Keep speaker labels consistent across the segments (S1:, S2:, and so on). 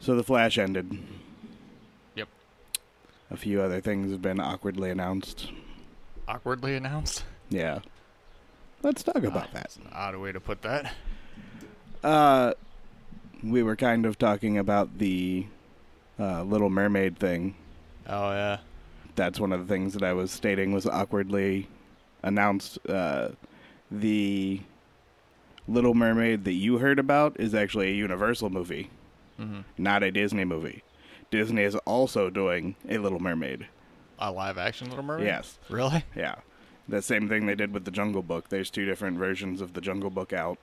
S1: So the Flash ended.
S2: Yep.
S1: A few other things have been awkwardly announced.
S2: Awkwardly announced.
S1: Yeah. Let's talk about that.
S2: It's an odd way to put that.
S1: Uh, we were kind of talking about the uh, Little Mermaid thing.
S2: Oh yeah.
S1: That's one of the things that I was stating was awkwardly announced. Uh, the Little Mermaid that you heard about is actually a Universal movie, not a Disney movie. Disney is also doing a Little Mermaid.
S2: A live action Little Mermaid.
S1: Yes.
S2: Really?
S1: Yeah. The same thing they did with the Jungle Book. There's two different versions of the Jungle Book out.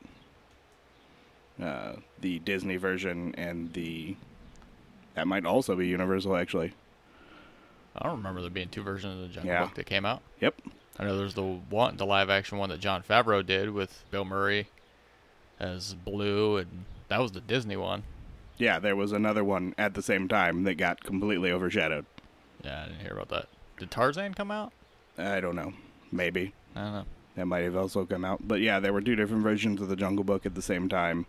S1: Uh, the Disney version and the that might also be Universal actually.
S2: I don't remember there being two versions of the Jungle
S1: Yeah.
S2: Book that came out.
S1: Yep.
S2: I know there's the one, the live action one that John Favreau did with Bill Murray as Blue, and that was the Disney one.
S1: Yeah, there was another one at the same time that got completely overshadowed.
S2: Yeah, I didn't hear about that. Did Tarzan come out?
S1: I don't know. Maybe.
S2: I don't know.
S1: That might have also come out. But yeah, there were two different versions of the Jungle Book at the same time.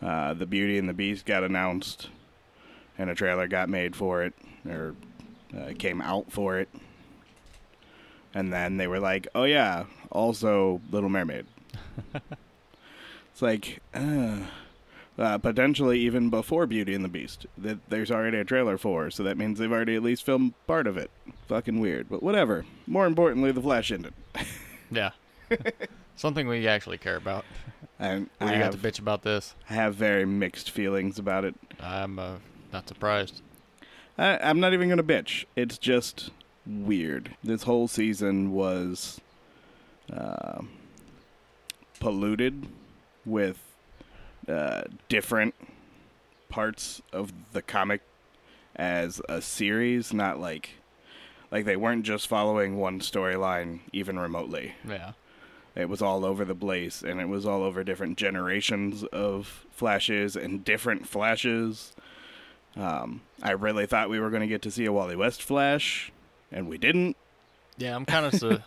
S1: Uh, the Beauty and the Beast got announced, and a trailer got made for it, or uh, came out for it. And then they were like, oh yeah, also Little Mermaid. it's like, uh, uh, potentially even before Beauty and the Beast, that there's already a trailer for, so that means they've already at least filmed part of it. Fucking weird, but whatever. More importantly, The Flash ended.
S2: Yeah. Something we actually care about.
S1: And
S2: We
S1: I
S2: got
S1: have,
S2: to bitch about this.
S1: I have very mixed feelings about it.
S2: I'm uh, not surprised.
S1: I, I'm not even going to bitch. It's just weird. This whole season was uh, polluted with uh, different parts of the comic as a series, not like. Like they weren't just following one storyline even remotely.
S2: Yeah.
S1: It was all over the place, and it was all over different generations of flashes and different flashes. Um, I really thought we were going to get to see a Wally West flash, and we didn't.
S2: Yeah, I'm kind of su-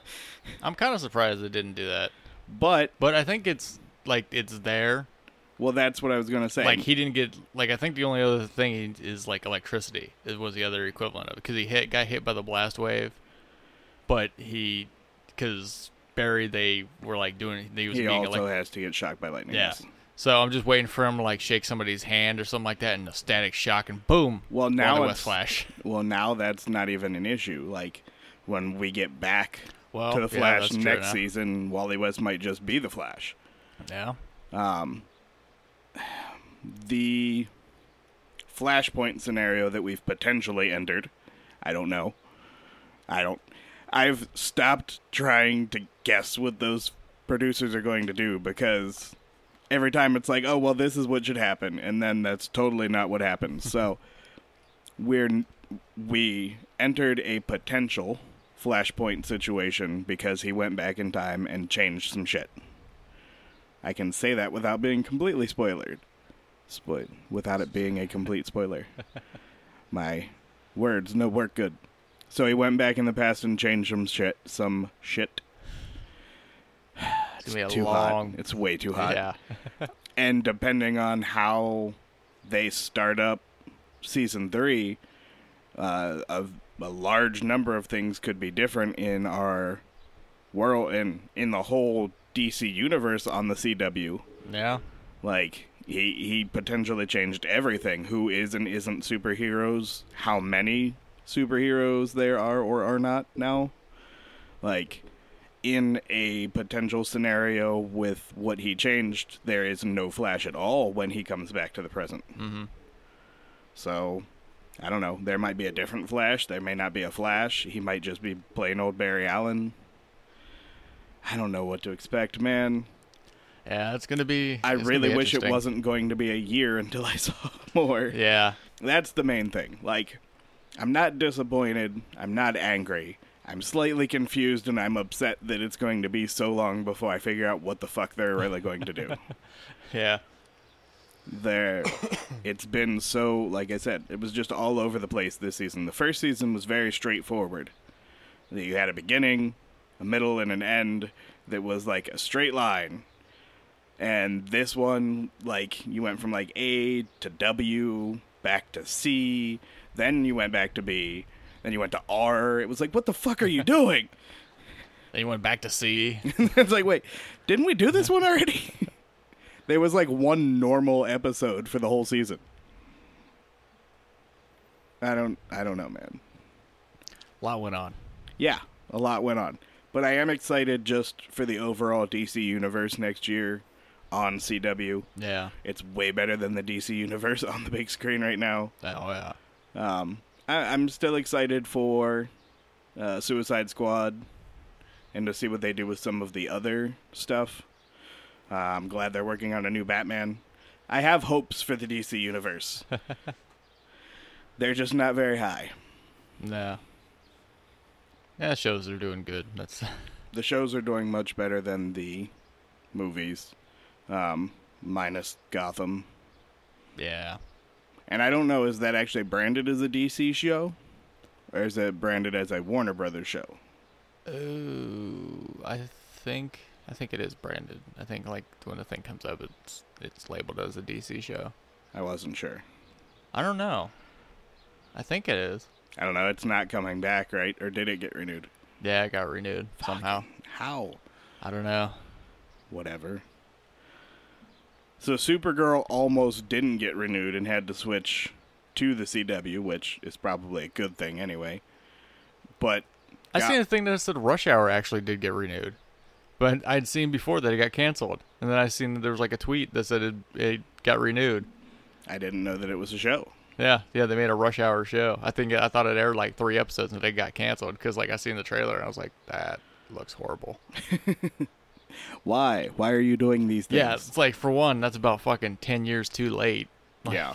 S2: I'm kind of surprised they didn't do that.
S1: But
S2: But I think it's like it's there.
S1: well, that's what I was going to say.
S2: Like he didn't get like I think the only other thing he- is like electricity is was the other equivalent of because he hit got hit by the blast wave, but he because Barry they were like doing they was
S1: He
S2: being
S1: also
S2: electric.
S1: has to get shocked by lightning.
S2: Yeah.
S1: yes.
S2: So I'm just waiting for him to like shake somebody's hand or something like that, and a static shock, and boom.
S1: Well,
S2: Wally
S1: now
S2: West
S1: it's-
S2: Flash.
S1: Well, now that's not even an issue. Like when we get back
S2: Well,
S1: to the
S2: yeah,
S1: Flash
S2: that's true
S1: next
S2: now.
S1: season, Wally West might just be the Flash.
S2: Yeah.
S1: um, the flashpoint scenario that we've potentially entered. I don't know. I don't. I've stopped trying to guess what those producers are going to do because every time it's like, oh well, this is what should happen, and then that's totally not what happens. so we're n- we entered a potential flashpoint situation because he went back in time and changed some shit. I can say that without being completely spoilered. Spoil without it being a complete spoiler. My words no work good. So he went back in the past and changed some shit. Some shit.
S2: It's gonna be a
S1: Too
S2: long.
S1: hot. It's way too hot.
S2: Yeah.
S1: And depending on how they start up season three, uh, a, a large number of things could be different in our world and in the whole DC universe on the CW.
S2: Yeah.
S1: Like he he potentially changed everything. Who is and isn't superheroes? How many superheroes there are or are not now? Like in a potential scenario with what he changed, there is no Flash at all when he comes back to the present. Mm-hmm. So I don't know. There might be a different Flash. There may not be a Flash. He might just be plain old Barry Allen. I don't know what to expect, man.
S2: Yeah, it's gonna be.
S1: I
S2: it's gonna
S1: really
S2: be
S1: wish it
S2: interesting.
S1: wasn't going to be a year until I saw more.
S2: Yeah,
S1: That's the main thing. Like, I'm not disappointed. I'm not angry. I'm slightly confused and I'm upset that it's going to be so long before I figure out what the fuck they're really going to do.
S2: yeah,
S1: there it's been so like I said, it was just all over the place this season. The first season was very straightforward. That you had a beginning, a middle and an end that was like a straight line. And this one like you went from like A to W, back to C, then you went back to B, then you went to R. It was like, what the fuck are you doing?
S2: Then you went back to C.
S1: it's like, wait, didn't we do this one already? there was like one normal episode for the whole season. I don't I don't know, man.
S2: A lot went on.
S1: Yeah, a lot went on. But I am excited just for the overall DC universe next year on CW.
S2: Yeah.
S1: It's way better than the DC universe on the big screen right now.
S2: Oh yeah.
S1: Um, I, I'm still excited for uh, Suicide Squad and to see what they do with some of the other stuff. Uh, I'm glad they're working on a new Batman. I have hopes for the DC universe. they're just not very high.
S2: Yeah. Yeah, it shows they're doing good. That's
S1: The shows are doing much better than the movies, um, minus Gotham.
S2: yeah.
S1: And I don't know, is that actually branded as a DC show? Or is it branded as a Warner Brothers show?
S2: Ooh, I think I think it is branded. I think like when the thing comes up, it's it's labeled as a DC show.
S1: I wasn't sure.
S2: I don't know. I think it is.
S1: I don't know. It's not coming back, right? Or did it get renewed?
S2: Yeah, it got renewed somehow.
S1: How?
S2: I don't know.
S1: Whatever. So Supergirl almost didn't get renewed and had to switch to the CW, which is probably a good thing anyway. But
S2: I
S1: Yeah.
S2: seen a thing that said Rush Hour actually did get renewed, but I'd seen before that it got canceled, and then I seen that there was like a tweet that said it, it got renewed.
S1: I didn't know that it was a show.
S2: Yeah, yeah, they made a Rush Hour show. I think I thought it aired like three episodes and it got canceled because like I seen the trailer and I was like, that looks horrible.
S1: Why? Why are you doing these
S2: Yeah, it's like for one, that's about fucking ten years too late. Like,
S1: yeah.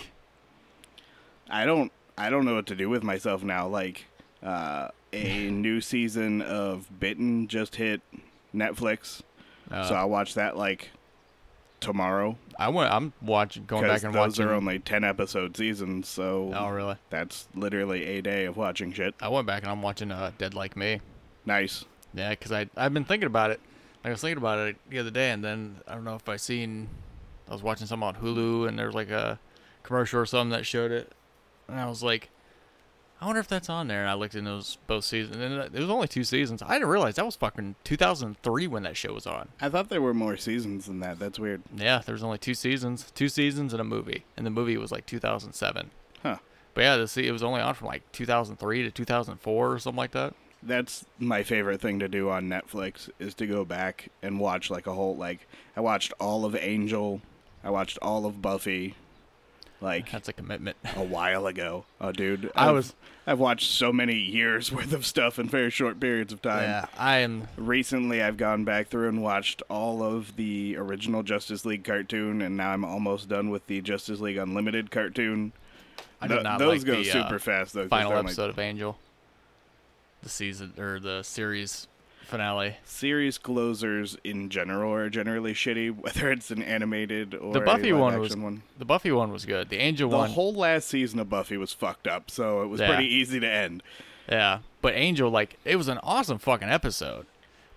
S1: I don't I don't know what to do with myself now. Like uh a new season of Bitten just hit Netflix.
S2: Uh,
S1: so I'll watch that like tomorrow.
S2: I went. I'm watching, going
S1: Because
S2: back and
S1: those
S2: watching.
S1: are only 10 episode seasons so
S2: oh, really?
S1: that's literally a day of watching shit
S2: I went back and I'm watching uh, Dead Like Me.
S1: nice
S2: Yeah, because I I've been thinking about it. Like, I was thinking about it the other day, and then I don't know if I seen. I was watching something on Hulu, and there was like a commercial or something that showed it, and I was like, I wonder if that's on there. And I looked in those both seasons, and it was only two seasons. I didn't realize that was fucking 2003 when that show was on.
S1: i thought there were more seasons than that that's weird
S2: Yeah, there was only two seasons, two seasons and a movie, and the movie was like 2007.
S1: huh
S2: But yeah, the se- it was only on from like 2003 to 2004 or something like that.
S1: that's my favorite thing to do on netflix is to go back and watch like a whole like i watched all of angel i watched all of buffy like
S2: That's a commitment.
S1: a while ago oh dude
S2: I
S1: I've-
S2: was-
S1: i've watched so many years worth of stuff in very short periods of time
S2: yeah, I am.
S1: recently I've gone back through and watched all of the original Justice League cartoon, and now I'm almost done with the Justice League Unlimited cartoon.
S2: I did
S1: Th-
S2: not
S1: those
S2: like
S1: go
S2: the, uh,
S1: super fast though. 'cause
S2: final
S1: they're only-
S2: episode of Angel, the season or the series finale.
S1: series closers in general are generally shitty, whether it's an animated or
S2: The
S1: a
S2: Buffy one
S1: live-action
S2: was
S1: one.
S2: the Buffy one was good. The Angel
S1: The
S2: one,
S1: whole last season of Buffy was fucked up, so it was
S2: Yeah.
S1: pretty easy to end.
S2: yeah, but Angel like it was an awesome fucking episode,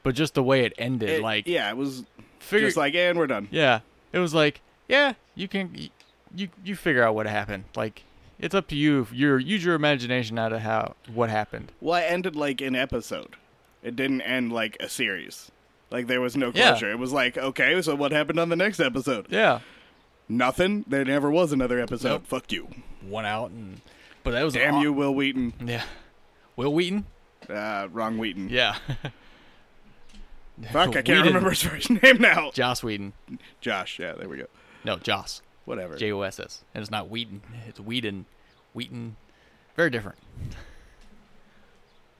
S2: but just the way it ended,
S1: It-
S2: like
S1: yeah, it was
S2: figure,
S1: just like, and we're done.
S2: yeah, it was like yeah, you can you you figure out what happened. Like it's up to you. Your use your imagination out of how what happened.
S1: Well, it ended like an episode. It didn't end like a series. Like there was no
S2: Yeah.
S1: closure. It was like, okay, so what happened on the next episode?
S2: Yeah,
S1: Nothing. There never was another episode.
S2: Nope.
S1: Fuck you.
S2: one out and but that was an
S1: Damn
S2: aw-
S1: you, Will Wheaton.
S2: Yeah, Will Wheaton.
S1: Uh, wrong Wheaton.
S2: Yeah,
S1: Fuck, I can't
S2: Whedon.
S1: remember his first name now.
S2: Joss Whedon.
S1: Josh. Yeah, there we go.
S2: No, Joss.
S1: Whatever.
S2: J O S S. And it's not Wheaton. It's Wheaton. Wheaton. Very different.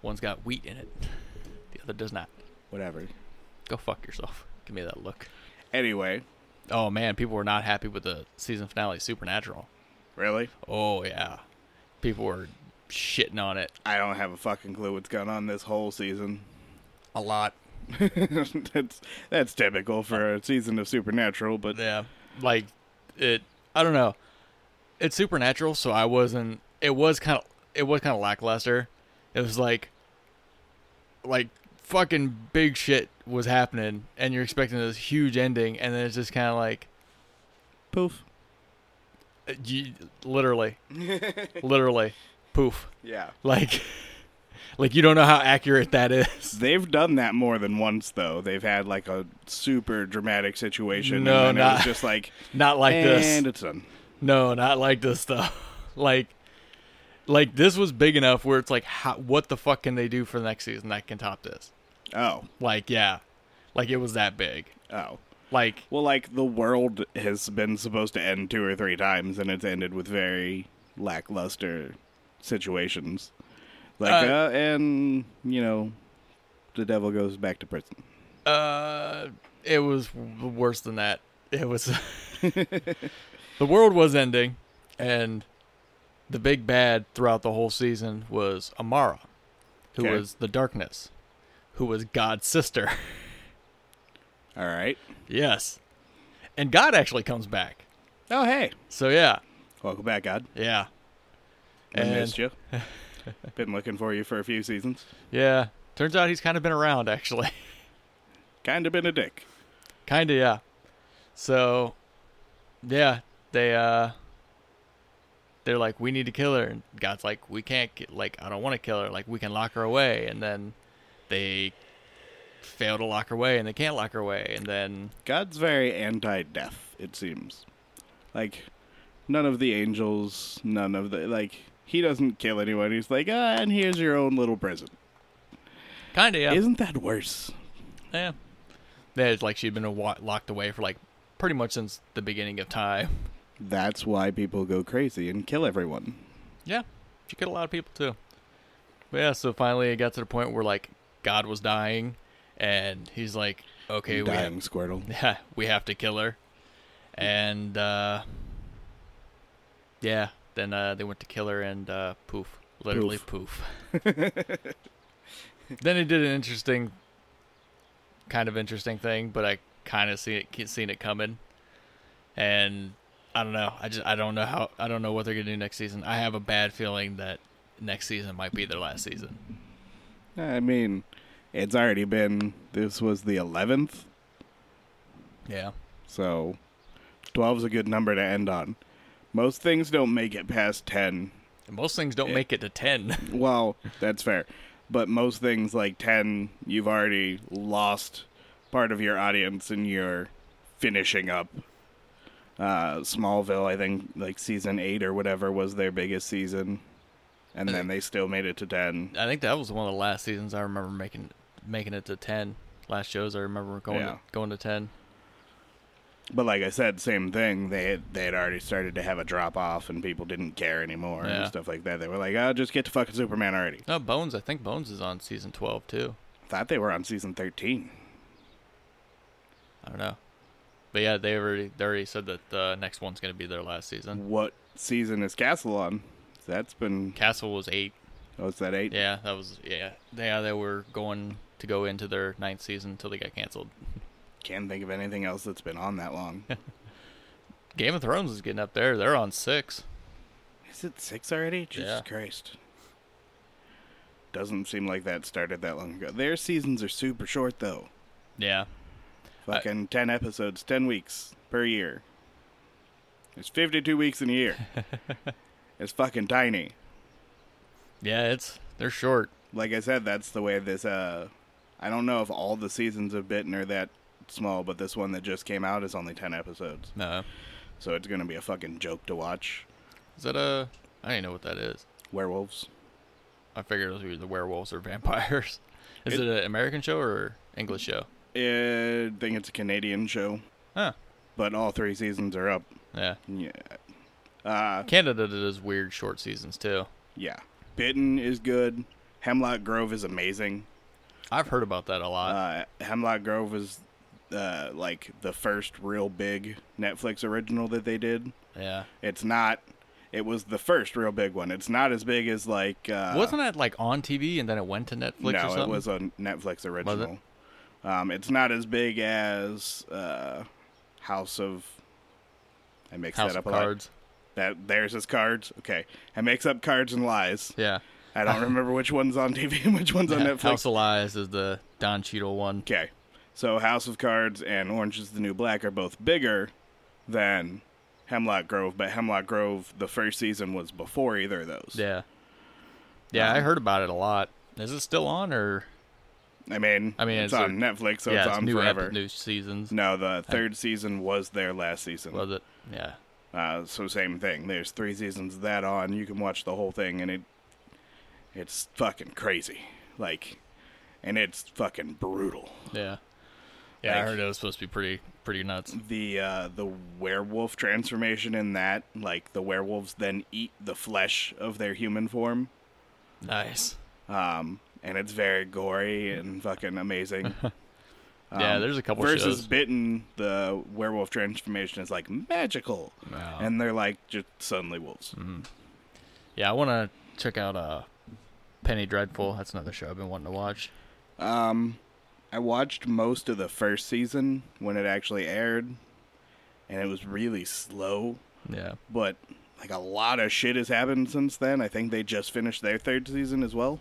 S2: One's got wheat in it. The other does not.
S1: Whatever.
S2: Go fuck yourself. Give me that look.
S1: Anyway,
S2: Oh man, people were not happy with the season finale of Supernatural.
S1: really,
S2: Oh yeah. People were shitting on it
S1: I don't have a fucking clue what's going on this whole season.
S2: a lot.
S1: that's that's typical for a season of Supernatural, but
S2: Yeah. Like it I don't know. It's supernatural, so I wasn't it was kind of it was kind of lackluster. It was like like fucking big shit was happening and you're expecting this huge ending and then it's just kind of like
S1: poof.
S2: Uh, you- literally, literally, poof.
S1: Yeah.
S2: Like, like you don't know how accurate that is.
S1: They've done that more than once, though. They've had like a super dramatic situation, and
S2: No,
S1: then it
S2: not-
S1: was just like,
S2: Not like
S1: and
S2: this.
S1: it's done.
S2: No, not like this though. like, like this was big enough where it's like, how, what the fuck can they do for the next season that can top this?
S1: Oh,
S2: Like, yeah, like it was that big.
S1: oh.
S2: Like,
S1: Well, like the world has been supposed to end two or three times, and it's ended with very lackluster situations. Like, uh,
S2: Uh,
S1: and you know, the devil goes back to prison.
S2: uh, it was w- worse than that. It was the world was ending, and the big bad throughout the whole season was Amara, who
S1: Okay.
S2: was the darkness, who was God's sister.
S1: All right.
S2: yes, and God actually comes back.
S1: Oh, hey,
S2: So yeah,
S1: welcome back, God.
S2: yeah.
S1: I
S2: And-
S1: missed you. been looking for you for a few seasons.
S2: Yeah. Turns out he's kind of been around, actually.
S1: Kind of been a dick.
S2: kind of, yeah. So, yeah, they, uh, they're like, we need to kill her. And God's like, we can't, ki- like, I don't want to kill her. Like, we can lock her away. And then they fail to lock her away and they can't lock her away. And then,
S1: God's very anti-death, it seems. Like none of the angels, none of the like he doesn't kill anyone. He's like, "Ah, and here's your own little prison."
S2: kind of, yeah.
S1: Isn't that worse?
S2: yeah. That is like she'd been wa- locked away for, like, pretty much since the beginning of time.
S1: That's why people go crazy and kill everyone.
S2: Yeah, she killed a lot of people too. But yeah, so finally it got to the point where like God was dying, and he's like, "Okay, we
S1: Dying
S2: have,
S1: Squirtle.
S2: yeah, we have to kill her," and uh, yeah, then uh, they went to kill her, and uh, poof, literally poof. then he did an interesting, kind of interesting thing, but I kind of see it seen it coming, and I don't know. I just I don't know how I don't know what they're gonna do next season. I have a bad feeling that next season might be their last season.
S1: I mean, it's already been this was the 11th,
S2: Yeah.
S1: so 12's a good number to end on. Most things don't make it past 10
S2: And most things don't make it to ten.
S1: Well, that's fair. But most things like 10, you've already lost part of your audience and you're finishing up. Uh, Smallville, I think, like season 8 or whatever was their biggest season. And then they still made it to 10.
S2: I think that was one of the last seasons I remember making making it to ten. Last shows I remember going
S1: Yeah.
S2: to, going to ten.
S1: But like I said, same thing. They had, they had already started to have a drop off and people didn't care anymore
S2: Yeah.
S1: and stuff like that. They were like, oh, just get to fucking Superman already.
S2: No, Bones. I think Bones is on season twelve too.
S1: Thought they were on season 13.
S2: I don't know, but yeah, they already they already said that the next one's gonna be their last season.
S1: What season is Castle on? That's been.
S2: Castle was eight.
S1: Oh, is that 8?
S2: Yeah, that was yeah. They yeah, they were going to go into their ninth season until they got canceled.
S1: Can't think of anything else that's been on that long.
S2: Game of Thrones is getting up there. They're on six.
S1: Is it six already? Jesus
S2: Yeah.
S1: Christ. Doesn't seem like that started that long ago. Their seasons are super short, though.
S2: Yeah. I-
S1: Fucking 10 episodes, 10 weeks per year. There's 52 weeks in a year. it's fucking tiny.
S2: Yeah, it's they're short.
S1: Like I said, that's the way this, uh. I don't know if all the seasons of Bitten are that small, but this one that just came out is only 10 episodes.
S2: No.
S1: So it's gonna be a fucking joke to watch.
S2: Is that a I don't even know what that is.
S1: Werewolves.
S2: I figured it was either werewolves or vampires. Is
S1: It-
S2: it, an American show or English show?
S1: I think it's a Canadian show,
S2: Huh.
S1: but all three seasons are up.
S2: Yeah.
S1: Yeah. Uh,
S2: Canada does weird short seasons too.
S1: yeah. Bitten is good. Hemlock Grove is amazing.
S2: I've heard about that a lot.
S1: Uh, Hemlock Grove was uh, like the first real big Netflix original that they did.
S2: yeah.
S1: It's not. It was the first real big one. It's not as big as like. Uh,
S2: Wasn't that like on TV and then it went to Netflix or
S1: no,
S2: something?
S1: it was a Netflix original. Um, it's not as big as uh, House of. I mix
S2: House
S1: that up
S2: of
S1: a lot.
S2: Cards.
S1: That there's his cards. Okay, I mix up cards and lies.
S2: Yeah.
S1: I don't remember which one's on TV and which one's on Netflix.
S2: House of Lies is the Don Cheadle one.
S1: okay, so House of Cards and Orange Is the New Black are both bigger than Hemlock Grove, but Hemlock Grove, the first season was before either of those.
S2: Yeah. Yeah,
S1: Uh-huh.
S2: I heard about it a lot. Is it still on or
S1: I mean,
S2: I mean,
S1: it's,
S2: it's
S1: on Netflix, so
S2: yeah,
S1: it's
S2: it's
S1: on
S2: new ep-
S1: forever.
S2: new seasons.
S1: No, the third season was their last season.
S2: Was it? Yeah.
S1: Uh, so same thing. There's three seasons of that on. You can watch the whole thing, and it it's fucking crazy. Like, and it's fucking brutal.
S2: Yeah. Yeah,
S1: Like-
S2: I heard it was supposed to be pretty pretty nuts.
S1: The uh, the werewolf transformation in that, like the werewolves then eat the flesh of their human form,
S2: Nice.
S1: um, and it's very gory and fucking amazing.
S2: yeah,
S1: Um,
S2: there's a couple
S1: versus
S2: shows.
S1: bitten. The werewolf transformation is like magical,
S2: Wow.
S1: and they're like just suddenly wolves.
S2: yeah, I want to check out uh Penny Dreadful. That's another show I've been wanting to watch.
S1: Um, I watched most of the first season when it actually aired, and it was really slow.
S2: Yeah.
S1: But like a lot of shit has happened since then. I think they just finished their third season as well.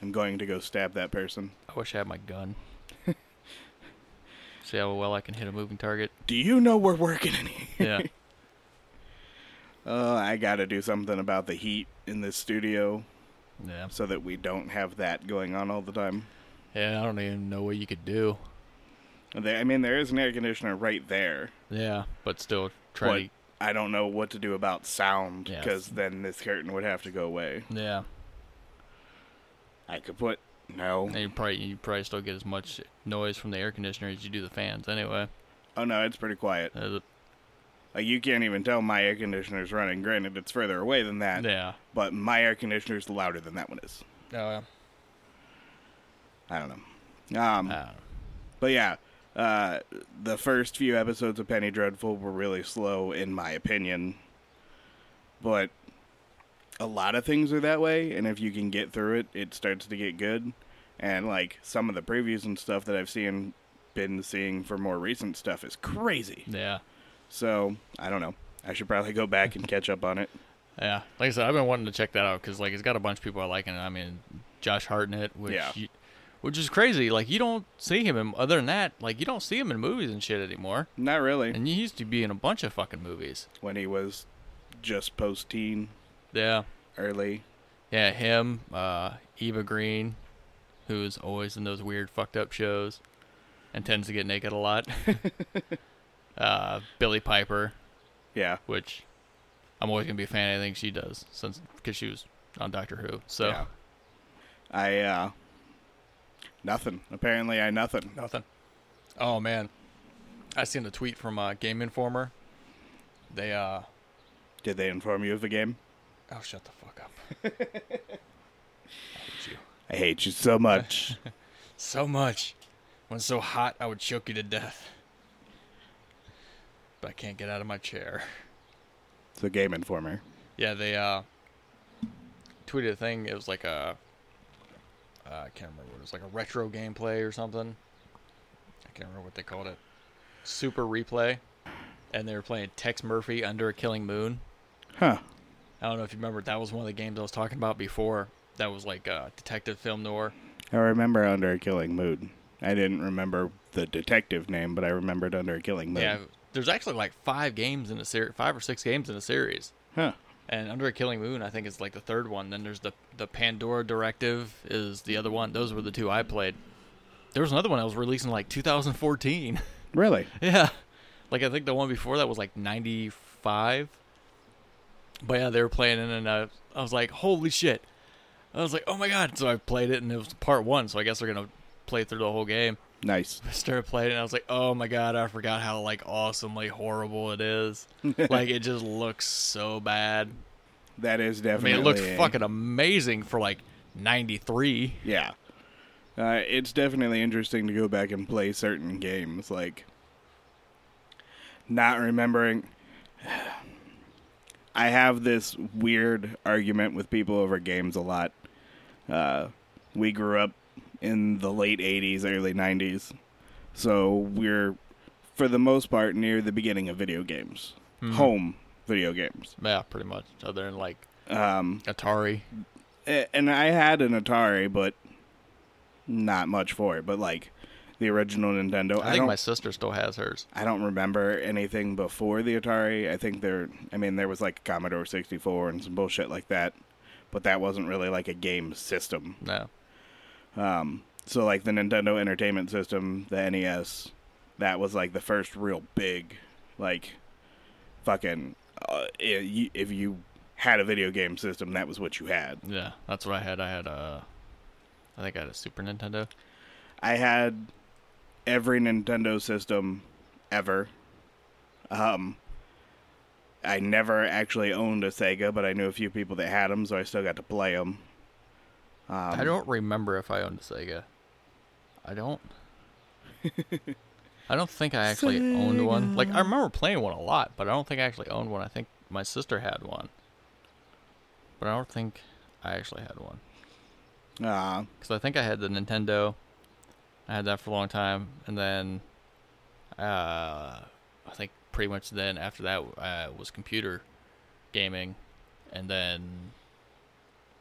S1: I'm going to go stab that person.
S2: I wish I had my gun. See how well I can hit a moving target.
S1: Do you know we're working in here?
S2: Yeah.
S1: Uh, I got to do something about the heat in this studio
S2: yeah.
S1: so that we don't have that going on all the time.
S2: Yeah, I don't even know what you could do.
S1: There, I mean, there is an air conditioner right there.
S2: Yeah, but still try
S1: What? I don't know what to do about sound
S2: Yeah.
S1: because then this curtain would have to go away.
S2: to Yeah.
S1: I could put no.
S2: And you probably you probably still get as much noise from the air conditioner as you do the fans anyway.
S1: Oh no, it's pretty quiet.
S2: Uh, the-
S1: Like you can't even tell my air conditioner's running. Granted, it's further away than that,
S2: yeah.
S1: but my air conditioner's louder than that one is.
S2: Oh,
S1: I don't know. Um,
S2: yeah.
S1: but yeah, uh, the first few episodes of Penny Dreadful were really slow, in my opinion. But a lot of things are that way, and if you can get through it, it starts to get good. And like some of the previews and stuff that I've seen, been seeing for more recent stuff is crazy.
S2: Yeah.
S1: So I don't know. I should probably go back and catch up on it.
S2: Yeah, like I said, I've been wanting to check that out because like it's got a bunch of people I like, and I mean Josh Hartnett, which
S1: Yeah.
S2: you- which is crazy. Like you don't see him in other than that, like you don't see him in movies and shit anymore.
S1: Not really.
S2: And he used to be in a bunch of fucking movies.
S1: When he was just post teen,
S2: Yeah,
S1: early.
S2: yeah, him, uh, Eva Green, who's always in those weird fucked up shows, and tends to get naked a lot. uh, Billy Piper,
S1: Yeah.
S2: which I'm always gonna be a fan of anything she does since because she was on Doctor Who. So
S1: Yeah. I uh nothing. Apparently I nothing.
S2: Nothing. Oh man, I seen a tweet from uh, Game Informer. They uh
S1: Did they inform you of the game?
S2: oh shut the fuck up. I hate you
S1: I hate you so much.
S2: so much. When it's so hot, I would choke you to death. But I can't get out of my chair.
S1: it's a game informer.
S2: Yeah, they uh tweeted a thing. It was like a uh, I can't remember what it was like a retro gameplay or something. I can't remember what they called it. Super replay, and they were playing Tex Murphy under a killing moon.
S1: Huh.
S2: I don't know if you remember. That was one of the games I was talking about before. That was like uh, detective film noir.
S1: I remember Under a Killing Mood. I didn't remember the detective name, but I remembered Under a Killing Mood.
S2: Yeah, there's actually like five games in a series, five or six games in a series.
S1: Huh.
S2: And Under a Killing Moon, I think is like the third one. Then there's the the Pandora Directive is the other one. Those were the two I played. There was another one I was released in like 2014.
S1: Really?
S2: yeah, like I think the one before that was like 95. But yeah, they were playing it, and I, I was like, holy shit! I was like, oh my god! So I played it, and it was part one. So I guess they're gonna play through the whole game.
S1: Nice.
S2: I started playing it and I was like, oh my god, I forgot how like awesomely horrible it is. like it just looks so bad.
S1: That is
S2: I
S1: definitely
S2: mean, it looks
S1: a-
S2: fucking amazing for like '93.
S1: Yeah. Uh, it's definitely interesting to go back and play certain games, like not remembering. I have this weird argument with people over games a lot. Uh, we grew up in the late 80s, early 90s, so we're, for the most part, near the beginning of video games, home video games.
S2: Yeah, pretty much. Other than like
S1: Um,
S2: Atari.
S1: a- and I had an Atari, but not much for it. But like, the original Nintendo.
S2: I,
S1: I,
S2: think
S1: don't
S2: my sister still has hers.
S1: I don't remember anything before the Atari. I think there I mean there was like a Commodore 64 and some bullshit like that, but that wasn't really like a game system.
S2: No.
S1: Um so like the Nintendo Entertainment System, the NES, that was like the first real big like fucking uh, i- you- if you had a video game system, that was what you had.
S2: Yeah, that's what I had. I had a, I think I had a Super Nintendo.
S1: I had every Nintendo system ever. Um, I never actually owned a Sega, but I knew a few people that had them, so I still got to play them. Um,
S2: I don't remember if I owned a Sega. I don't. I don't think I actually owned one. Like I remember playing one a lot, but I don't think I actually owned one. I think my sister had one, but I don't think I actually had one
S1: Uh,
S2: because I think I had the Nintendo. I had that for a long time, and then, uh, I think pretty much then after that uh, was computer gaming, and then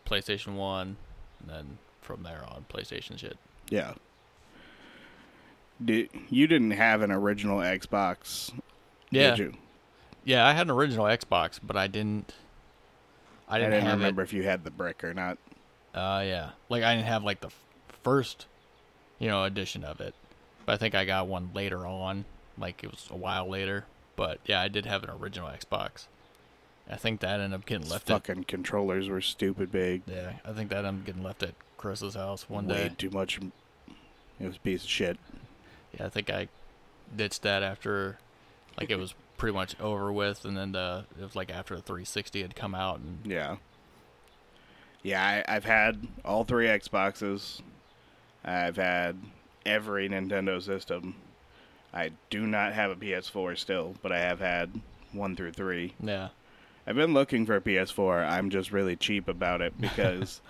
S2: PlayStation One, and then from there on PlayStation shit.
S1: yeah. Did, you didn't have an original Xbox,
S2: Yeah,
S1: did you?
S2: yeah. I had an original Xbox, but I didn't. I
S1: I
S2: didn't,
S1: didn't,
S2: have
S1: remember if you had the brick or not.
S2: It. Uh, yeah. Like I didn't have like the f- first, you know, edition of it. But I think I got one later on. Like it was a while later. But yeah, I did have an original Xbox. I think that ended up getting
S1: Those
S2: left at.
S1: fucking controllers were stupid big.
S2: Yeah, I think that ended up getting left at Chris's house one
S1: way
S2: day.
S1: too much. It was a piece of shit.
S2: Yeah, I think I ditched that after, like it was pretty much over with, and then the it was like after the 360 had come out and
S1: Yeah. Yeah, I, I've had all three Xboxes. I've had every Nintendo system. I do not have a PS4 still, but I have had one through three.
S2: yeah.
S1: I've been looking for a PS4. I'm just really cheap about it because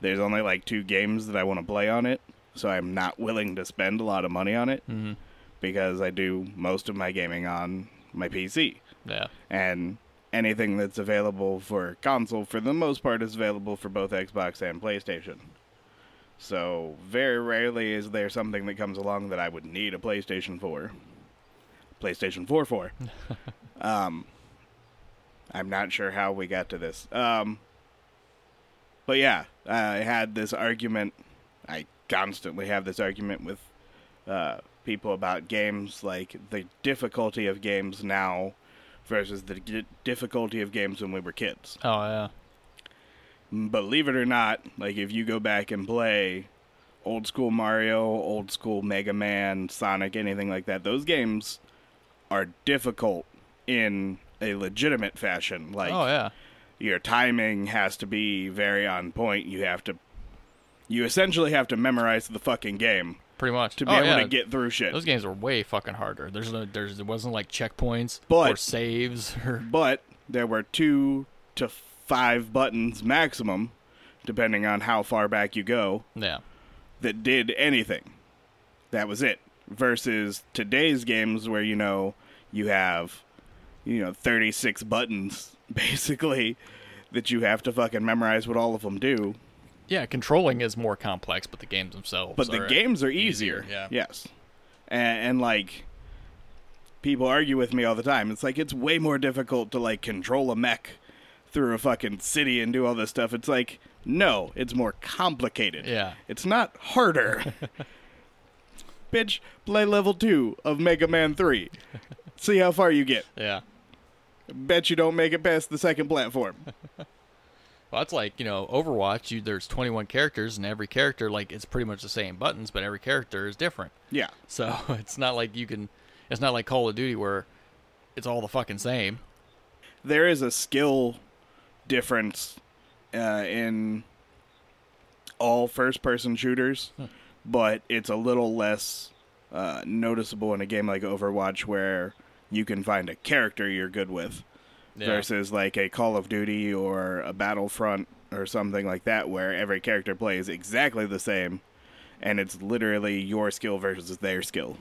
S1: there's only like two games that I want to play on it, so I'm not willing to spend a lot of money on it
S2: hmm
S1: because I do most of my gaming on my PC
S2: Yeah.
S1: and anything that's available for console for the most part is available for both Xbox and PlayStation. So very rarely is there something that comes along that I would need a PlayStation for. PlayStation 4 for. um I'm not sure how we got to this. Um but yeah, I had this argument I constantly have this argument with uh people about games like the difficulty of games now versus the di- difficulty of games when we were kids.
S2: Oh yeah.
S1: Believe it or not, like if you go back and play old school Mario, old school Mega Man, Sonic, anything like that, those games are difficult in a legitimate fashion. Like
S2: oh yeah.
S1: your timing has to be very on point. You have to you essentially have to memorize the fucking game
S2: Pretty much
S1: to be
S2: Oh,
S1: able
S2: yeah.
S1: to get through shit.
S2: Those games were way fucking harder. There's no, there's there wasn't like checkpoints
S1: But-
S2: or saves or
S1: but there were two to five buttons maximum, depending on how far back you go,
S2: yeah.
S1: that did anything. That was it. Versus today's games where you know you have you know 36 buttons basically that you have to fucking memorize what all of them do,
S2: Yeah, controlling is more complex, but the games themselves.
S1: but the
S2: are-
S1: games are
S2: easier,
S1: easier.
S2: yeah.
S1: Yes. And, and like people argue with me all the time. It's like it's way more difficult to like control a mech through a fucking city and do all this stuff. It's like no, it's more complicated.
S2: Yeah.
S1: It's not harder. Bitch, play level 2 of Mega Man 3. See how far you get.
S2: Yeah.
S1: Bet you don't make it past the second platform.
S2: Well, that's like you know Overwatch. You there's 21 characters, and every character like it's pretty much the same buttons, but every character is different.
S1: Yeah.
S2: So it's not like you can. It's not like Call of Duty where it's all the fucking same.
S1: there is a skill difference uh, in all first person shooters, but it's a little less uh, noticeable in a game like Overwatch where you can find a character you're good with
S2: Yeah.
S1: versus like a Call of Duty or a Battlefront or something like that where every character plays exactly the same and it's literally your skill versus their skill.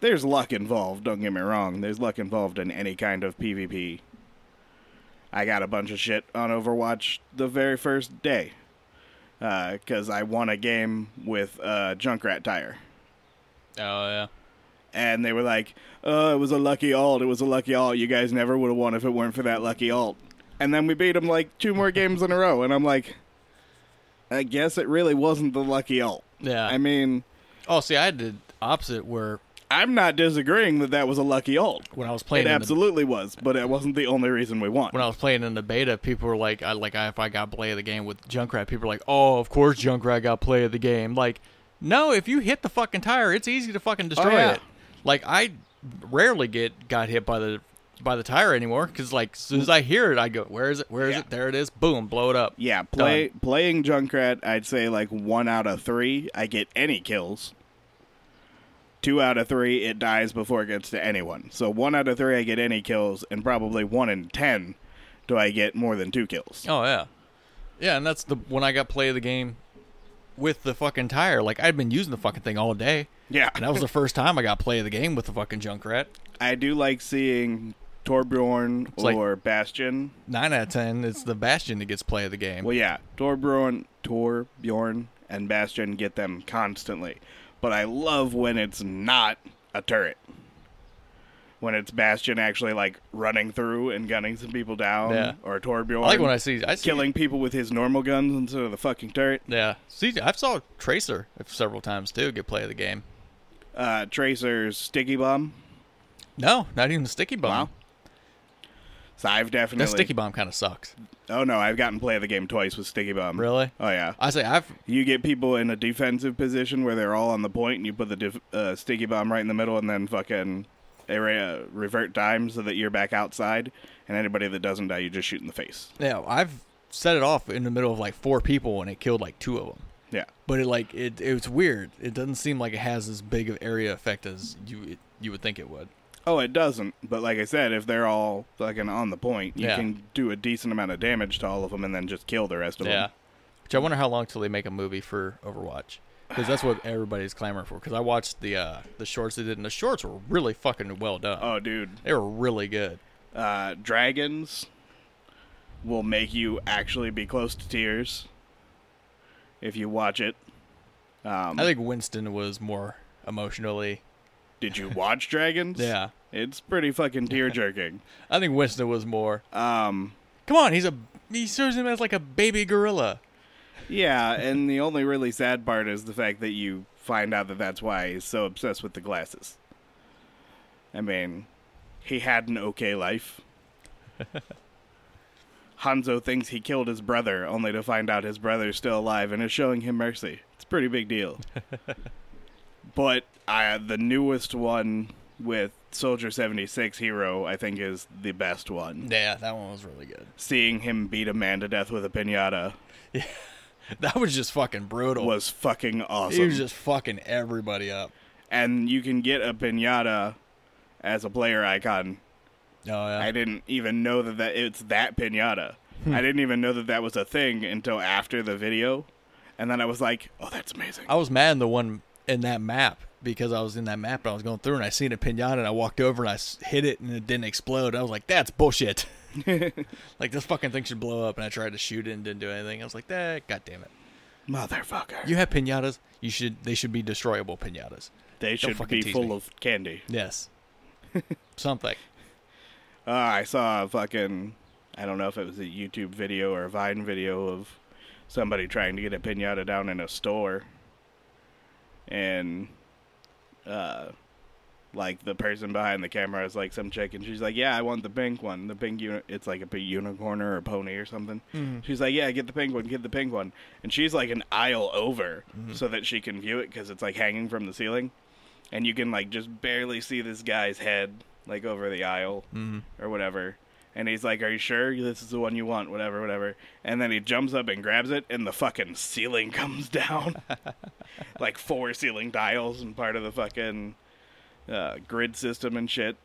S1: There's luck involved, don't get me wrong. There's luck involved in any kind of PvP. I got a bunch of shit on Overwatch the very first uh, day because I won a game with a Junkrat tire.
S2: Oh yeah.
S1: and they were like, "Oh, it was a lucky alt. It was a lucky alt. You guys never would have won if it weren't for that lucky alt." And then we beat them like two more games in a row, and I'm like, "I guess it really wasn't the lucky alt."
S2: Yeah.
S1: I mean,
S2: oh, see, I did opposite where
S1: I'm not disagreeing that that was a lucky alt.
S2: when I was
S1: It
S2: playing in the
S1: absolutely was, but it wasn't the only reason we won.
S2: when I was playing in the beta, people were like, I like if I got play of the game with Junkrat, people were like, oh, of course Junkrat got play of the game. Like, no, if you hit the fucking tire, it's easy to fucking destroy
S1: Oh, yeah.
S2: it. Like I rarely get got hit by the by the tire anymore because like as soon as I hear it, I go, where is it? Where is
S1: Yeah.
S2: it? There it is. Boom, blow it up.
S1: Yeah, play playing Junkrat, I'd say like one out of three, I get any kills. Two out of three, it dies before it gets to anyone. So one out of three, I get any kills, and probably one in ten, do I get more than two kills?
S2: Oh yeah, yeah, and that's the when I got play of the game with the fucking tire. Like I'd been using the fucking thing all day,
S1: Yeah,
S2: and that was the first time I got play of the game with the fucking Junkrat.
S1: I do like seeing Torbjorn
S2: like-
S1: or Bastion.
S2: Nine out of ten, it's the Bastion that gets play of the game.
S1: Well, yeah, Torbjorn, Torbjorn, and Bastion get them constantly, but I love when it's not a turret. When it's Bastion actually like running through and gunning some people down,
S2: Yeah.
S1: or Torbjorn
S2: I like when I see I see
S1: killing people with his normal guns instead of the fucking turret.
S2: Yeah, see, I saw Tracer several times too get play of the game.
S1: Uh, Tracer's sticky bomb.
S2: No, not even the sticky
S1: Wow.
S2: bomb.
S1: So I've definitely
S2: That sticky bomb kind of sucks.
S1: Oh no, I've gotten play of the game twice with sticky bomb.
S2: Really?
S1: Oh yeah.
S2: I say I've
S1: You get people in a defensive position where they're all on the point, and you put the dif- uh, sticky bomb right in the middle, and then fucking area revert dime so that you're back outside. And anybody that doesn't die, you just shoot in the face.
S2: yeah I've set it off in the middle of like four people and it killed like two of them.
S1: Yeah,
S2: But it like it it's weird. It doesn't seem like it has as big of area effect as you it, you would think it would.
S1: Oh, it doesn't. But like I said, if they're all fucking on the point, you
S2: Yeah.
S1: can do a decent amount of damage to all of them and then just kill the rest of them.
S2: Which I wonder how long till they make a movie for Overwatch. Because that's what everybody's clamoring for. Because I watched the uh, the shorts they did, and the shorts were really fucking well done.
S1: Oh, dude,
S2: They were really good.
S1: uh, dragons will make you actually be close to tears if you watch it. Um,
S2: I think Winston was more emotionally.
S1: did you watch Dragons?
S2: Yeah,
S1: It's pretty fucking tear jerking.
S2: I think Winston was more.
S1: Um,
S2: Come on, he's a he serves him as like a baby gorilla.
S1: yeah, and the only really sad part is the fact that you find out that that's why he's so obsessed with the glasses. I mean, he had an okay life. Hanzo thinks he killed his brother, only to find out his brother's still alive and is showing him mercy. It's a pretty big deal. but uh, the newest one with Soldier 76 Hero, I think, is the best one.
S2: Yeah, that one was really good.
S1: seeing him beat a man to death with a pinata
S2: That was just fucking brutal.
S1: was fucking
S2: Oh. he
S1: awesome.
S2: was just fucking everybody up.
S1: and you can get a pinata as a player icon.
S2: Oh yeah,
S1: I didn't even know that, that it's that pinata.
S2: Hmm.
S1: I didn't even know that that was a thing until after the video. And then I was like, oh, that's amazing.
S2: I was mad in the one in that map because I was in that map and I was going through and I seen a pinata and I walked over and I s- hit it and it didn't explode. I was like, that's bullshit. like this fucking thing should blow up. And I tried to shoot it and didn't do anything. I was like, that god damn it.
S1: Motherfucker.
S2: You have pinatas. You should. They should be destroyable pinatas.
S1: they should
S2: fucking
S1: be
S2: tease
S1: full
S2: me.
S1: of candy.
S2: Yes. Something.
S1: Uh, I saw a fucking, I don't know if it was a YouTube video or a Vine video of somebody trying to get a pinata down in a store. And, uh, like the person behind the camera is like some chick, and she's like, "Yeah, I want the pink one, the pink uni- It's like a big unicorn or a pony or something." She's like, "Yeah, get the pink one, get the pink one," and she's like an aisle over so that she can view it because it's like hanging from the ceiling, and you can like just barely see this guy's head like over the aisle or whatever. And he's like, "Are you sure this is the one you want? Whatever, whatever." And then he jumps up and grabs it, and the fucking ceiling comes down, like four ceiling tiles and part of the fucking uh, grid system and shit.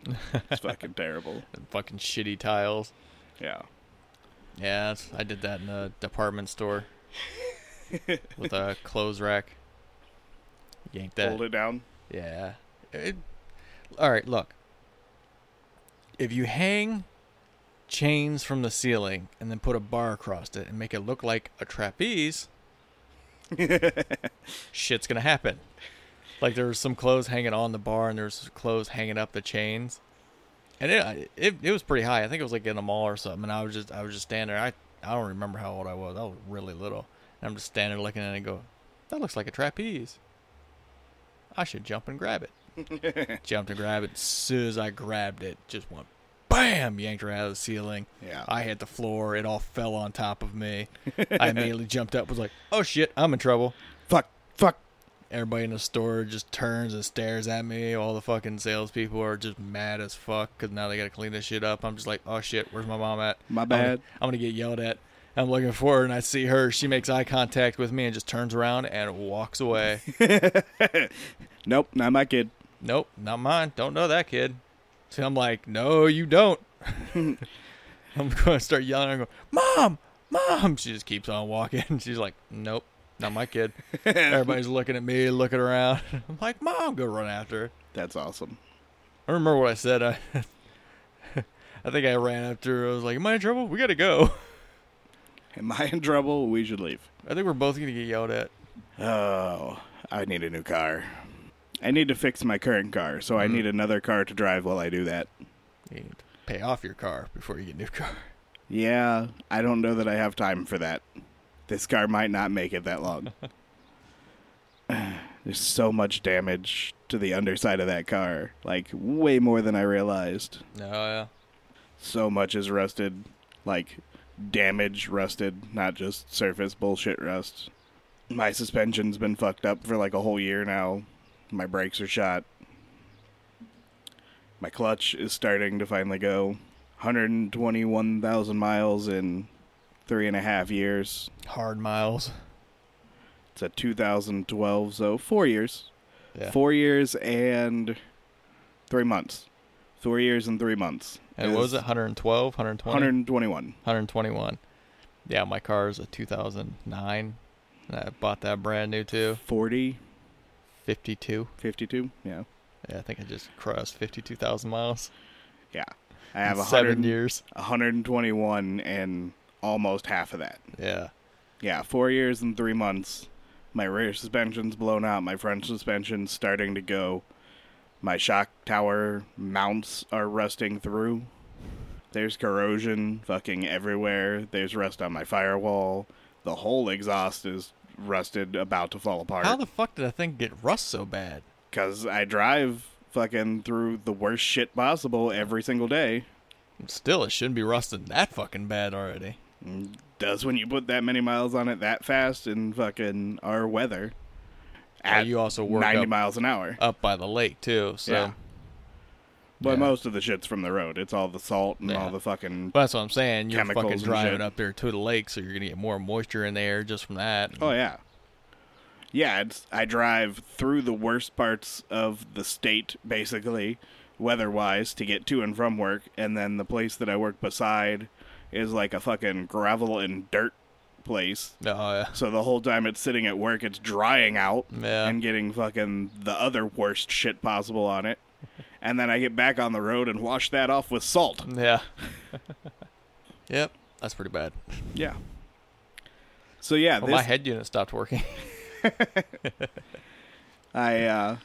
S1: It's fucking terrible.
S2: Fucking shitty tiles.
S1: Yeah.
S2: Yeah, that's- I did that in a department store with a clothes rack. Yanked that.
S1: Hold it down.
S2: Yeah. It- all right, look. If you hang chains from the ceiling and then put a bar across it and make it look like a trapeze, shit's going to happen. Like there was some clothes hanging on the bar, and there's clothes hanging up the chains, and it, it it was pretty high. I think it was like in a mall or something. And I was just I was just standing there. I I don't remember how old I was. I was really little. And I'm just standing there looking at it and go, that looks like a trapeze. I should jump and grab it. Jumped and grabbed it. As soon as I grabbed it, just went bam, yanked her out of the ceiling.
S1: Yeah.
S2: I hit the floor. It all fell on top of me. I immediately jumped up, was like, oh shit, I'm in trouble.
S1: Fuck, fuck.
S2: Everybody in the store just turns and stares at me. All the fucking salespeople are just mad as fuck because now they got to clean this shit up. I'm just like, oh shit, where's my mom at?
S1: My
S2: I'm gonna-
S1: bad.
S2: I'm going to get yelled at. I'm looking for her and I see her. She makes eye contact with me and just turns around and walks away.
S1: Nope, not my kid.
S2: nope, not mine. Don't know that kid. So I'm like, no, you don't. I'm going to start yelling. I go, mom, mom. She just keeps on walking. She's like, nope, not my kid. Everybody's looking at me, looking around. I'm like, mom, go run after her.
S1: That's awesome.
S2: I remember what I said. I, I think I ran up to her. I was like, am I in trouble? We got to go.
S1: Am I in trouble? We should leave.
S2: I think we're both going to get yelled at.
S1: Oh, I need a new car. I need to fix my current car, so I need another car to drive while I do that.
S2: You need to pay off your car before you get a new car.
S1: Yeah, I don't know that I have time for that. This car might not make it that long. There's so much damage to the underside of that car. Like, way more than I realized.
S2: No, Oh, yeah.
S1: So much is rusted. Like, damage rusted, not just surface bullshit rust. My suspension's been fucked up for like a whole year now. My brakes are shot. My clutch is starting to finally go. 121,000 miles in three and a half years.
S2: Hard miles.
S1: It's a 2012, so four years.
S2: Yeah.
S1: Four years and three months. Four years and three months.
S2: and what was it? 112, 120,
S1: 121.
S2: 121. Yeah, my car is a 2009. And I bought that brand new too.
S1: 40,
S2: 52.
S1: 52. Yeah.
S2: Yeah, I think I just crossed 52,000 miles.
S1: Yeah. I have
S2: in seven
S1: 100
S2: years.
S1: 121 and almost half of that.
S2: Yeah.
S1: Yeah, four years and three months. My rear suspension's blown out. My front suspension's starting to go. My shock tower mounts are rusting through. There's corrosion fucking everywhere. There's rust on my firewall. The whole exhaust is rusted, about to fall apart.
S2: How the fuck did I think get rust so bad?
S1: Because I drive fucking through the worst shit possible every single day.
S2: Still, it shouldn't be rusting that fucking bad already.
S1: Does when you put that many miles on it that fast in fucking our weather.
S2: Well, you also work
S1: 90
S2: up,
S1: miles an hour.
S2: up by the lake too. So
S1: Yeah. But
S2: Yeah.
S1: most of the shit's from the road. It's all the salt and
S2: Yeah.
S1: all the fucking.
S2: Well, that's what I'm saying. You're
S1: Chemicals
S2: fucking
S1: and
S2: driving
S1: shit.
S2: up there to the lake, so you're gonna get more moisture in the air just from that.
S1: Oh yeah, yeah. It's I drive through the worst parts of the state, basically, weather-wise, to get to and from work, and then the place that I work beside is like a fucking gravel and dirt place.
S2: No, uh,
S1: So the whole time it's sitting at work, it's drying out
S2: Yeah.
S1: and getting fucking the other worst shit possible on it. And then I get back on the road and wash that off with salt.
S2: yeah. yep, that's pretty bad.
S1: Yeah. So yeah,
S2: Well,
S1: this,
S2: my head unit stopped working.
S1: I uh